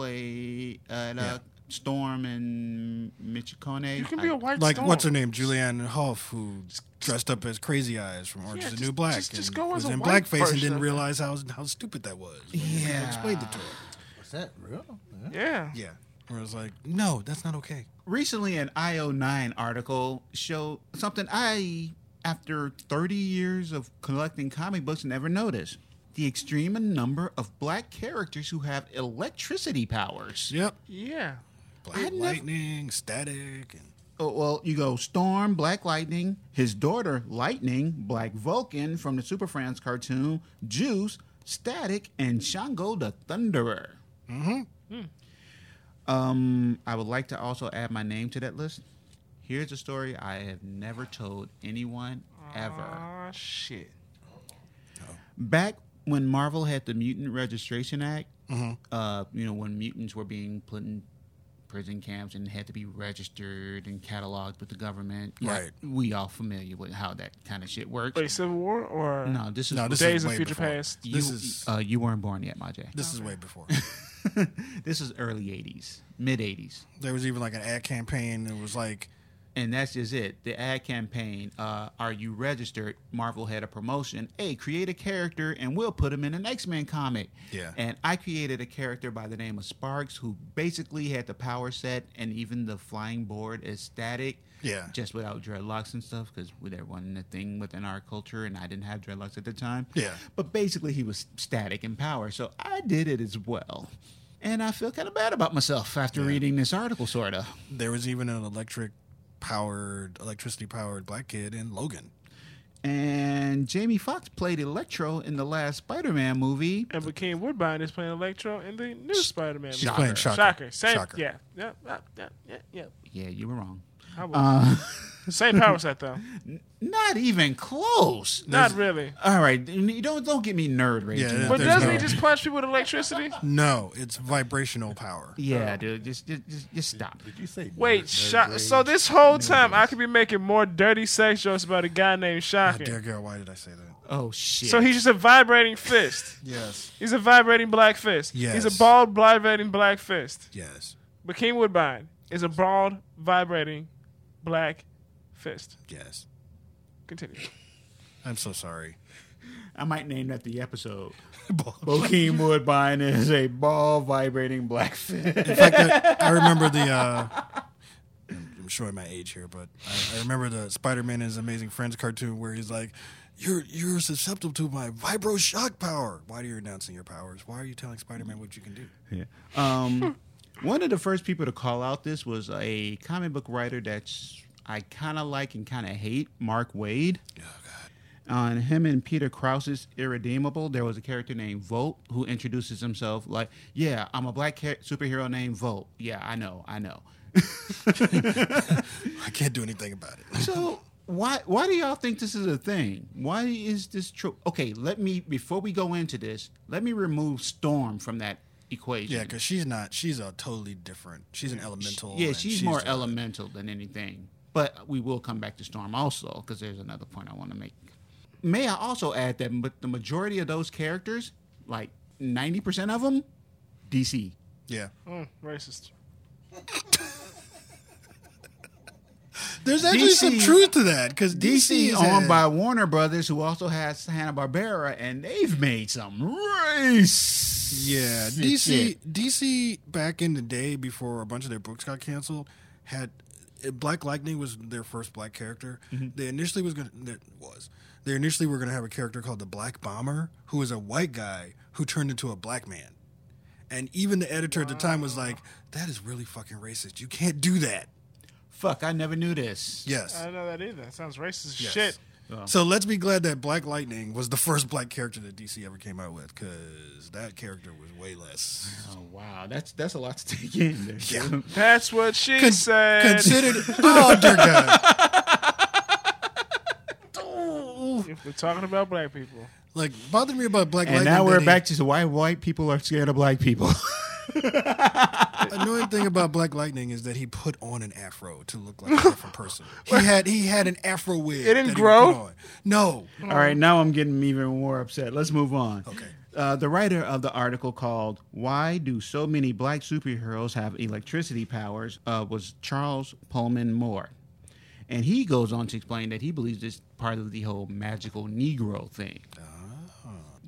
Speaker 1: cosplay at uh,
Speaker 2: Yeah.
Speaker 1: Storm and Michikone.
Speaker 3: You can be a white
Speaker 2: like
Speaker 3: storm.
Speaker 2: what's her name, Julianne Hough, who dressed up as Crazy Eyes from Orange
Speaker 3: Yeah,
Speaker 2: Is the
Speaker 3: just-
Speaker 2: New Black,
Speaker 3: just- just
Speaker 2: and
Speaker 3: go as
Speaker 2: was
Speaker 3: a
Speaker 2: in
Speaker 3: white
Speaker 2: blackface and
Speaker 3: person.
Speaker 2: didn't realize how how stupid that was. when you
Speaker 1: Yeah.
Speaker 2: explained it to her.
Speaker 4: Is that real? Yeah.
Speaker 3: Yeah.
Speaker 2: Yeah, where I was like, no, that's not okay.
Speaker 1: recently an IO9 article showed something I, after 30 years of collecting comic books, never noticed. The extreme number of black characters who have electricity powers.
Speaker 2: Yep,
Speaker 3: Yeah.
Speaker 2: black
Speaker 1: I nev-
Speaker 2: lightning, static, and
Speaker 1: Oh, well, you go Storm, Black Lightning, his daughter Lightning, Black Vulcan from the Super Friends cartoon, Juice, Static, and Shango the Thunderer. Mm-hmm. Um, I would like to also add my name to that list. Here's a story I have never told anyone ever.
Speaker 3: Aw, shit.
Speaker 1: Back when Marvel had the Mutant Registration Act,
Speaker 2: Mm-hmm.
Speaker 1: uh, you know, when mutants were being put in prison camps and had to be registered and cataloged with the government. Yeah,
Speaker 2: Right.
Speaker 1: We all familiar with how that kind of shit works.
Speaker 3: Wait, Civil War or
Speaker 1: no, this is
Speaker 2: no, this
Speaker 3: Days
Speaker 2: is
Speaker 3: of
Speaker 2: way
Speaker 3: Future
Speaker 2: before.
Speaker 3: Past.
Speaker 1: you,
Speaker 2: This is
Speaker 1: uh, you weren't born yet, my Jay.
Speaker 2: this is way before.
Speaker 1: this is early 80s, mid 80s.
Speaker 2: there was even like an ad campaign that was like,
Speaker 1: and that's just it. The ad campaign, uh, "Are you registered?" Marvel had a promotion. Hey, create a character, and we'll put him in an X Men comic.
Speaker 2: Yeah.
Speaker 1: And I created a character by the name of Sparks, who basically had the power set and even the flying board as static.
Speaker 2: Yeah.
Speaker 1: Just without dreadlocks and stuff, because there wasn't a thing within our culture, and I didn't have dreadlocks at the time.
Speaker 2: Yeah.
Speaker 1: But basically, he was static in power, so I did it as well. And I feel kind of bad about myself after reading this article, sort of.
Speaker 2: there was even an electric powered, electricity powered black kid in Logan.
Speaker 1: And Jamie Foxx played Electro in the last Spider-Man movie.
Speaker 3: And Joaquin Woodbine is playing Electro in the new Spider-Man.
Speaker 2: She's
Speaker 3: movie.
Speaker 2: playing
Speaker 3: Shocker.
Speaker 2: Shocker.
Speaker 3: Same.
Speaker 2: Shocker.
Speaker 3: Yeah. Yeah. Yeah. Yeah. Yeah. yeah.
Speaker 1: Yeah, you were wrong.
Speaker 3: I was- Same power set though.
Speaker 1: Not even close.
Speaker 3: Not really.
Speaker 1: All right, you don't don't get me nerd raging.
Speaker 2: Yeah,
Speaker 1: Yeah,
Speaker 3: But
Speaker 2: There's
Speaker 3: doesn't
Speaker 2: no-
Speaker 3: he just punch people with electricity?
Speaker 2: No, it's vibrational power.
Speaker 1: dude, just just just, just stop.
Speaker 4: Did you say
Speaker 3: Wait,
Speaker 4: nerd
Speaker 3: Sho-
Speaker 4: rage?
Speaker 3: so this whole time I could be making more dirty sex jokes about a guy named
Speaker 2: Oh, dear
Speaker 3: Shocking.
Speaker 2: girl, why did I say that?
Speaker 1: Oh shit.
Speaker 3: So he's just a vibrating fist.
Speaker 2: Yes,
Speaker 3: He's a vibrating black fist. He's
Speaker 2: Yes.
Speaker 3: a bald vibrating black fist.
Speaker 2: yes,
Speaker 3: But King Woodbine is a bald vibrating black fist.
Speaker 2: yes.
Speaker 3: Continue.
Speaker 2: I'm so sorry.
Speaker 1: I might name that the episode. Bokeem Woodbine is a ball vibrating black fish.
Speaker 2: In fact, I- I remember the. Uh, I'm I'm showing my age here, but I, I remember the Spider-Man and His Amazing Friends cartoon where he's like, "You're you're susceptible to my vibro shock power. Why are you announcing your powers? Why are you telling Spider-Man what you can do?"
Speaker 1: Yeah. Um, one of the first people to call out this was a comic book writer that's I kind of like and kind of hate, Mark Wade. Oh God. On him and Peter Krause's Irredeemable, there was a character named Volt who introduces himself like, "Yeah, I'm a black ca- superhero named Volt. Yeah, I know, I know."
Speaker 2: I can't do anything about it.
Speaker 1: So why why do y'all think this is a thing? Why is this true? Okay, let me before we go into this, let me remove Storm from that equation.
Speaker 2: Yeah, because she's not. She's a totally different. She's an elemental.
Speaker 1: Yeah,
Speaker 2: and
Speaker 1: she's, more
Speaker 2: the-
Speaker 1: elemental than anything. But we will come back to Storm also because there's another point I want to make. May I also add that but the majority of those characters, like 90% of them, DC.
Speaker 2: Yeah,
Speaker 3: Mm, racist.
Speaker 2: there's actually some
Speaker 1: DC
Speaker 2: truth to that because
Speaker 1: DC
Speaker 2: DC, is
Speaker 1: owned
Speaker 2: a-
Speaker 1: by Warner Brothers, who also has Hanna Barbera, and they've made some race.
Speaker 2: Yeah,
Speaker 1: Shit.
Speaker 2: DC DC back in the day before a bunch of their books got canceled had uh, Black Lightning was their first black character.
Speaker 1: Mm-hmm.
Speaker 2: They initially was going to was they initially were going to have a character called the Black Bomber who was a white guy who turned into a black man. And even the editor at the time was like, "That is really fucking racist. You can't do that."
Speaker 1: Fuck, I never knew this.
Speaker 2: Yes.
Speaker 3: I don't know that either. That sounds racist as
Speaker 2: Yes.
Speaker 3: shit.
Speaker 2: So let's be glad that Black Lightning was the first black character that DC ever came out with, because that character was way less.
Speaker 1: Oh wow, that's that's a lot to take in. There.
Speaker 2: Yeah.
Speaker 3: That's what she
Speaker 2: Con-
Speaker 3: said.
Speaker 2: Considered, oh dear God!
Speaker 3: if we're talking about black people,
Speaker 2: Like bothered me about Black
Speaker 1: And
Speaker 2: Lightning.
Speaker 1: now we're
Speaker 2: that
Speaker 1: back to why white people are scared of black people.
Speaker 2: he- annoying thing about Black Lightning is that he put on an afro to look like a different person. He had he had an afro wig.
Speaker 3: It didn't
Speaker 2: that he
Speaker 3: grow?
Speaker 2: put on. No.
Speaker 1: All right, now I'm getting even more upset. Let's move on.
Speaker 2: Okay.
Speaker 1: Uh, the writer of the article called "Why Do So Many Black Superheroes Have Electricity Powers?" Uh, was Charles Pullman Moore, and he goes on to explain that he believes it's part of the whole magical Negro thing.
Speaker 2: Ah.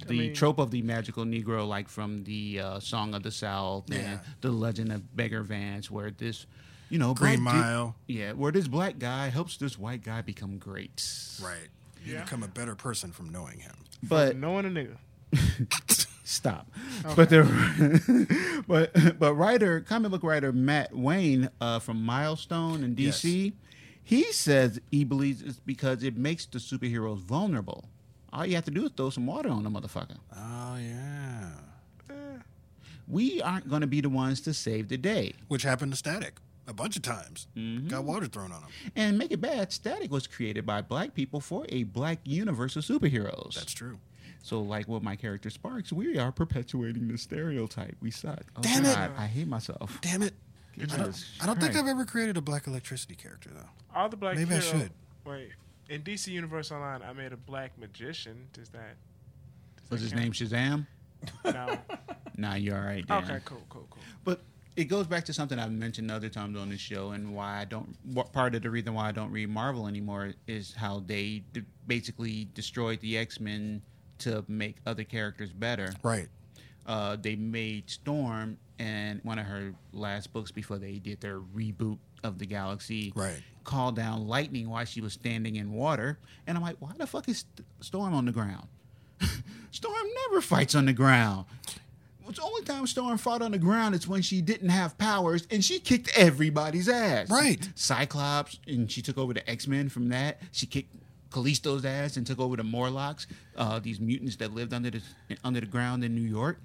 Speaker 1: The
Speaker 3: mean-
Speaker 1: trope of the magical Negro, like from the uh, Song of the South and
Speaker 2: Yeah.
Speaker 1: the Legend of Beggar Vance, where this, you know,
Speaker 2: Green
Speaker 1: black dude-
Speaker 2: Mile.
Speaker 1: yeah, where this black guy helps this white guy become great.
Speaker 2: Right. You become a better person from knowing him.
Speaker 1: But
Speaker 3: Knowing a nigga.
Speaker 1: stop. But the but but writer comic book writer Matt Wayne uh, from Milestone in DC, he says he believes it's because it makes the superheroes vulnerable. All you have to do is throw some water on the motherfucker.
Speaker 2: Oh yeah.
Speaker 3: Eh,
Speaker 1: We aren't going to be the ones to save the day.
Speaker 2: Which happened to Static a bunch of times.
Speaker 3: Mm-hmm.
Speaker 2: Got water thrown on him.
Speaker 1: And make it bad, Static was created by black people for a black universe of superheroes.
Speaker 2: That's true.
Speaker 1: so, like what my character Sparks, we are perpetuating the stereotype. We suck. Oh,
Speaker 2: Damn it.
Speaker 1: God, I hate myself.
Speaker 2: Damn it. I don't,
Speaker 1: Jesus
Speaker 2: I don't think
Speaker 1: Christ.
Speaker 2: I've ever created a black electricity character though.
Speaker 3: All the black
Speaker 2: Maybe I
Speaker 3: hero-
Speaker 2: should.
Speaker 3: Wait. In DC Universe Online, I made a black magician. Does that. does
Speaker 1: Was
Speaker 3: that
Speaker 1: his name
Speaker 3: count?
Speaker 1: Shazam?
Speaker 3: No.
Speaker 1: Nah, you're all right. Dan.
Speaker 3: okay, cool, cool, cool.
Speaker 1: But it goes back to something I've mentioned other times on this show, and why I don't. What part of the reason why I don't read Marvel anymore is how they d- basically destroyed the X Men to make other characters better.
Speaker 2: Right.
Speaker 1: Uh, they made Storm and one of her last books before they did their reboot of the galaxy.
Speaker 2: Right.
Speaker 1: Call down lightning while she was standing in water, and I'm like, why the fuck is St- Storm on the ground? Storm never fights on the ground. The only time Storm fought on the ground is when she didn't have powers and she kicked everybody's ass.
Speaker 2: Right.
Speaker 1: Cyclops, and she took over the X Men from that. She kicked Callisto's ass and took over the Morlocks, uh, these mutants that lived under the under the ground in New York.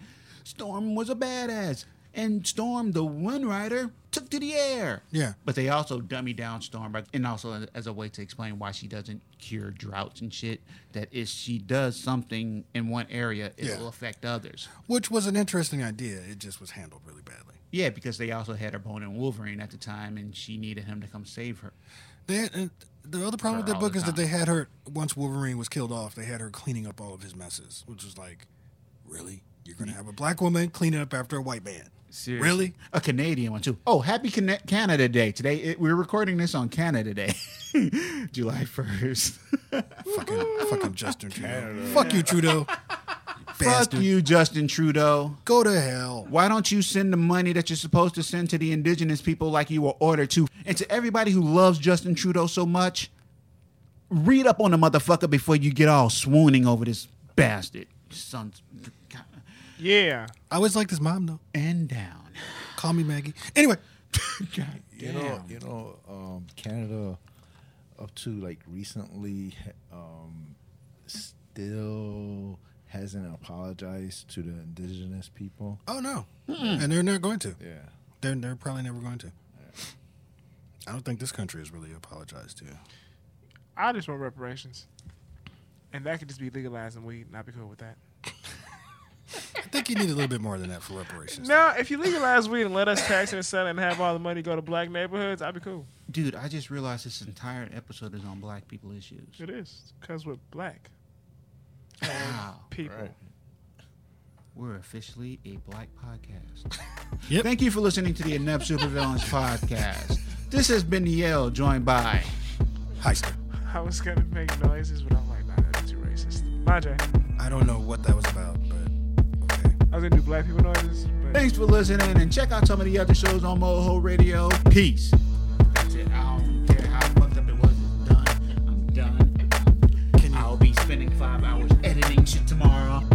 Speaker 1: Storm was a badass, and Storm, the Wind Rider, took to the air.
Speaker 2: Yeah.
Speaker 1: But they also dummy down Storm, by- and also as a way to explain why she doesn't cure droughts and shit. That if she does something in one area, it
Speaker 2: Yeah.
Speaker 1: will affect others.
Speaker 2: Which was an interesting idea. It just was handled really badly.
Speaker 1: Yeah, because they also had her bone in Wolverine at the time, and she needed him to come save her.
Speaker 2: They had, and the other problem with
Speaker 1: Her
Speaker 2: that
Speaker 1: all
Speaker 2: book
Speaker 1: the
Speaker 2: is that
Speaker 1: time.
Speaker 2: they had her once Wolverine was killed off, they had her cleaning up all of his messes, which was like, really, you're gonna have a black woman cleaning up after a white man?
Speaker 3: Seriously.
Speaker 2: Really?
Speaker 1: A Canadian one too. Oh, happy Can- Canada Day today! It, we're recording this on Canada Day, July first.
Speaker 2: fucking, fucking Justin Trudeau. Fuck you, Trudeau. You
Speaker 1: Fuck
Speaker 2: Bastard.
Speaker 1: you, Justin Trudeau.
Speaker 2: Go to hell.
Speaker 1: Why don't you send the money that you're supposed to send to the indigenous people like you were ordered to? And to everybody who loves Justin Trudeau so much, read up on the motherfucker before you get all swooning over this bastard. Sons,
Speaker 3: Yeah.
Speaker 2: I always liked his mom though.
Speaker 1: and down.
Speaker 2: Call me Maggie. Anyway,
Speaker 1: God
Speaker 4: You know, you know, um, Canada up to like recently um, still hasn't apologized to the indigenous people.
Speaker 2: oh no,
Speaker 1: Hmm.
Speaker 2: and they're not going to.
Speaker 4: Yeah.
Speaker 2: They're they're probably never going to. I don't think this country has really apologized to.
Speaker 3: I just want reparations. And that could just be legalizing weed, and I'd be cool with that.
Speaker 2: I think you need a little bit more than that for reparations.
Speaker 3: Now, if you legalize weed and let us tax it and sell it and have all the money go to black neighborhoods, I'd be cool.
Speaker 1: Dude, I just realized this entire episode is on black people issues.
Speaker 3: It is. Because we're black
Speaker 1: Wow.
Speaker 3: people.
Speaker 1: We're officially a black podcast.
Speaker 2: Yep.
Speaker 1: Thank you for listening to the Inept Supervillains podcast. This has been Yale, joined by.
Speaker 2: Heister.
Speaker 3: I was going to make noises, but I'm like, nah, that's too racist. Mind you,
Speaker 2: I don't know what that was about, but okay.
Speaker 3: I was going to do black people noises, but.
Speaker 1: Thanks for listening and check out some of the other shows on Moho Radio. Peace. That's it. I don't care how fucked up it was. It's done. I'm done. I'll be spending five hours editing shit tomorrow.